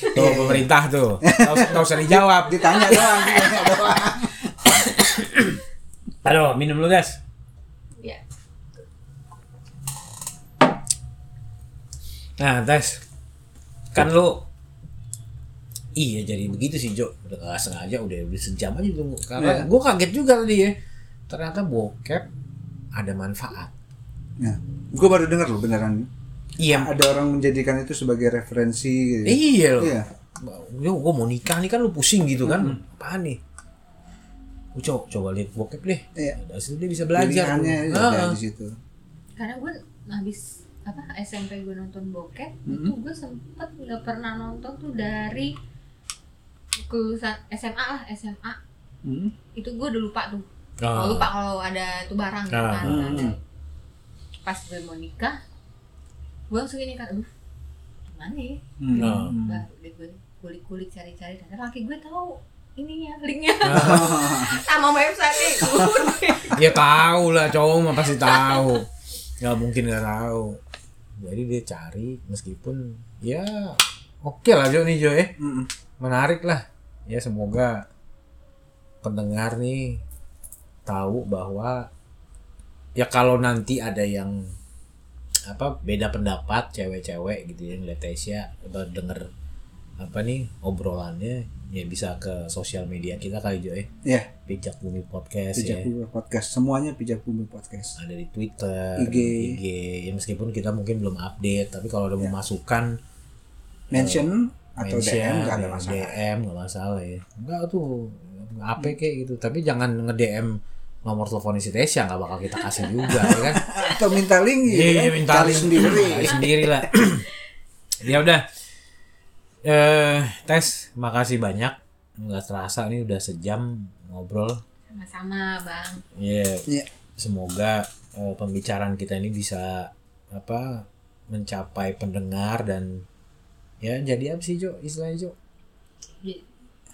[SPEAKER 1] Tuh pemerintah tuh. Nggak usah, nggak usah dijawab.
[SPEAKER 2] Ditanya doang, ditanya doang.
[SPEAKER 1] Aduh, minum lu guys.
[SPEAKER 3] ya
[SPEAKER 1] Nah, Tes. Kan lu Iya jadi begitu sih Jo Udah nggak sengaja udah lebih sejam aja tunggu Karena
[SPEAKER 2] Iya.
[SPEAKER 1] gue kaget juga tadi ya Ternyata bokep ada manfaat
[SPEAKER 2] Nah, gue baru dengar loh beneran.
[SPEAKER 1] Iya
[SPEAKER 2] Ada orang menjadikan itu sebagai referensi gitu.
[SPEAKER 1] Iya loh
[SPEAKER 2] Iya.
[SPEAKER 1] Yo, gue mau nikah nih kan lu pusing gitu kan Apaan nih Gua coba, coba lihat bokep deh
[SPEAKER 2] Iya.
[SPEAKER 1] Dari situ dia bisa belajar tuh.
[SPEAKER 2] Pilihannya ya, ada
[SPEAKER 1] Ah.
[SPEAKER 2] di situ.
[SPEAKER 3] karena gue habis apa SMP gue nonton bokep
[SPEAKER 2] Mhm.
[SPEAKER 3] itu
[SPEAKER 1] Mm-hmm.
[SPEAKER 3] gue sempet nggak pernah nonton tuh dari kelulusan SMA lah SMA
[SPEAKER 2] Hmm.
[SPEAKER 3] itu gue udah lupa tuh
[SPEAKER 1] Ah.
[SPEAKER 3] Kalau lupa kalau ada tuh barang gitu
[SPEAKER 1] Ah.
[SPEAKER 3] kan ada.
[SPEAKER 2] Hmm.
[SPEAKER 3] pas gue mau nikah gue langsung ini kan aduh gimana ya
[SPEAKER 2] Hmm.
[SPEAKER 1] Nah.
[SPEAKER 3] baru deh gue kulik-kulik cari-cari dan laki gue tahu ininya linknya
[SPEAKER 1] Ah.
[SPEAKER 3] sama website nih
[SPEAKER 1] ya tahu lah cowok mah pasti tahu nggak mungkin nggak tahu jadi dia cari meskipun ya oke lah Jo nih Jo ya
[SPEAKER 2] Hmm.
[SPEAKER 1] menarik lah ya semoga pendengar nih tahu bahwa ya kalau nanti ada yang apa beda pendapat cewek-cewek gitu ya ngeliat Tasya atau denger apa nih obrolannya ya bisa ke sosial media kita kali Jo ya
[SPEAKER 2] Iya.
[SPEAKER 1] pijak bumi podcast ya
[SPEAKER 2] Pijak Bumi Podcast. Semuanya Pijak Bumi Podcast.
[SPEAKER 1] ada di Twitter,
[SPEAKER 2] IG.
[SPEAKER 1] Ya, meskipun kita mungkin belum update, tapi kalau
[SPEAKER 2] Ya.
[SPEAKER 1] ada masukan
[SPEAKER 2] Mention atau DM
[SPEAKER 1] mention,
[SPEAKER 2] nggak ada
[SPEAKER 1] ya,
[SPEAKER 2] masalah. Hmm.
[SPEAKER 1] DM nggak masalah ya. Enggak tuh apa kayak gitu, tapi jangan nge-DM nomor telepon si Tesya nggak bakal kita kasih juga ya kan.
[SPEAKER 2] Atau minta link gitu
[SPEAKER 1] Iya,
[SPEAKER 2] kan.
[SPEAKER 1] minta
[SPEAKER 2] Cari
[SPEAKER 1] link. Iya.
[SPEAKER 2] sendiri.
[SPEAKER 1] Cari sendiri lah. ya udah. Eh, Tes, makasih banyak. Nggak terasa nih udah sejam ngobrol.
[SPEAKER 3] sama-sama bang
[SPEAKER 1] Iya.
[SPEAKER 2] Iya.
[SPEAKER 1] Semoga eh, pembicaraan kita ini bisa apa mencapai pendengar dan ya jadi apa sih Jo istilahnya Jo
[SPEAKER 3] Jadi,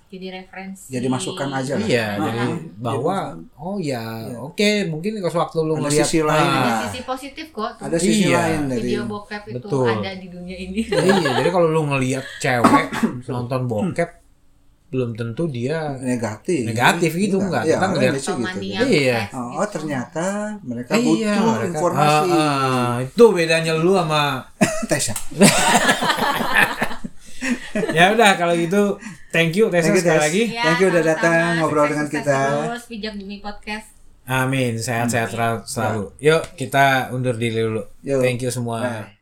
[SPEAKER 3] jadi referensi
[SPEAKER 2] Jadi masukan aja lah.
[SPEAKER 1] Iya,
[SPEAKER 3] Nah,
[SPEAKER 1] jadi bahwa oh ya, oke mungkin kalau waktu lu
[SPEAKER 2] iya, Ada
[SPEAKER 1] ngelihat
[SPEAKER 2] sisi lain. ya.
[SPEAKER 3] ada
[SPEAKER 1] ah,
[SPEAKER 3] Iya, sisi positif kok
[SPEAKER 2] Ada sisi
[SPEAKER 1] Iya.
[SPEAKER 2] lain dari
[SPEAKER 3] video bokep itu
[SPEAKER 1] Betul.
[SPEAKER 3] ada di dunia ini
[SPEAKER 1] iya, jadi kalau lu ngelihat cewek nonton bokep belum tentu dia
[SPEAKER 2] negatif.
[SPEAKER 1] Negatif gitu, enggak. Kita
[SPEAKER 2] Iya, orang
[SPEAKER 1] ngeliat-
[SPEAKER 2] Indonesia
[SPEAKER 3] Atau
[SPEAKER 2] gitu.
[SPEAKER 3] mania
[SPEAKER 2] Jadi,
[SPEAKER 1] Iya.
[SPEAKER 3] seks
[SPEAKER 2] Oh,
[SPEAKER 3] gitu.
[SPEAKER 2] ternyata mereka
[SPEAKER 1] Eh,
[SPEAKER 2] butuh
[SPEAKER 1] mereka-
[SPEAKER 2] informasi.
[SPEAKER 1] Ah, ah, itu bedanya lu sama
[SPEAKER 2] Tessa.
[SPEAKER 1] ya udah kalau gitu thank you Tessa
[SPEAKER 2] Thank you,
[SPEAKER 1] sekali
[SPEAKER 2] Tess.
[SPEAKER 1] lagi.
[SPEAKER 3] Ya,
[SPEAKER 2] Thank you udah
[SPEAKER 3] sama-sama.
[SPEAKER 2] datang ngobrol
[SPEAKER 3] Sukses-
[SPEAKER 2] dengan
[SPEAKER 3] sukses
[SPEAKER 2] kita.
[SPEAKER 3] terus bijak bumi podcast
[SPEAKER 1] Amin sehat-sehat selalu. Yuk kita undur diri dulu.
[SPEAKER 2] Yuk. Nah.
[SPEAKER 1] Thank you semua.
[SPEAKER 2] Bye.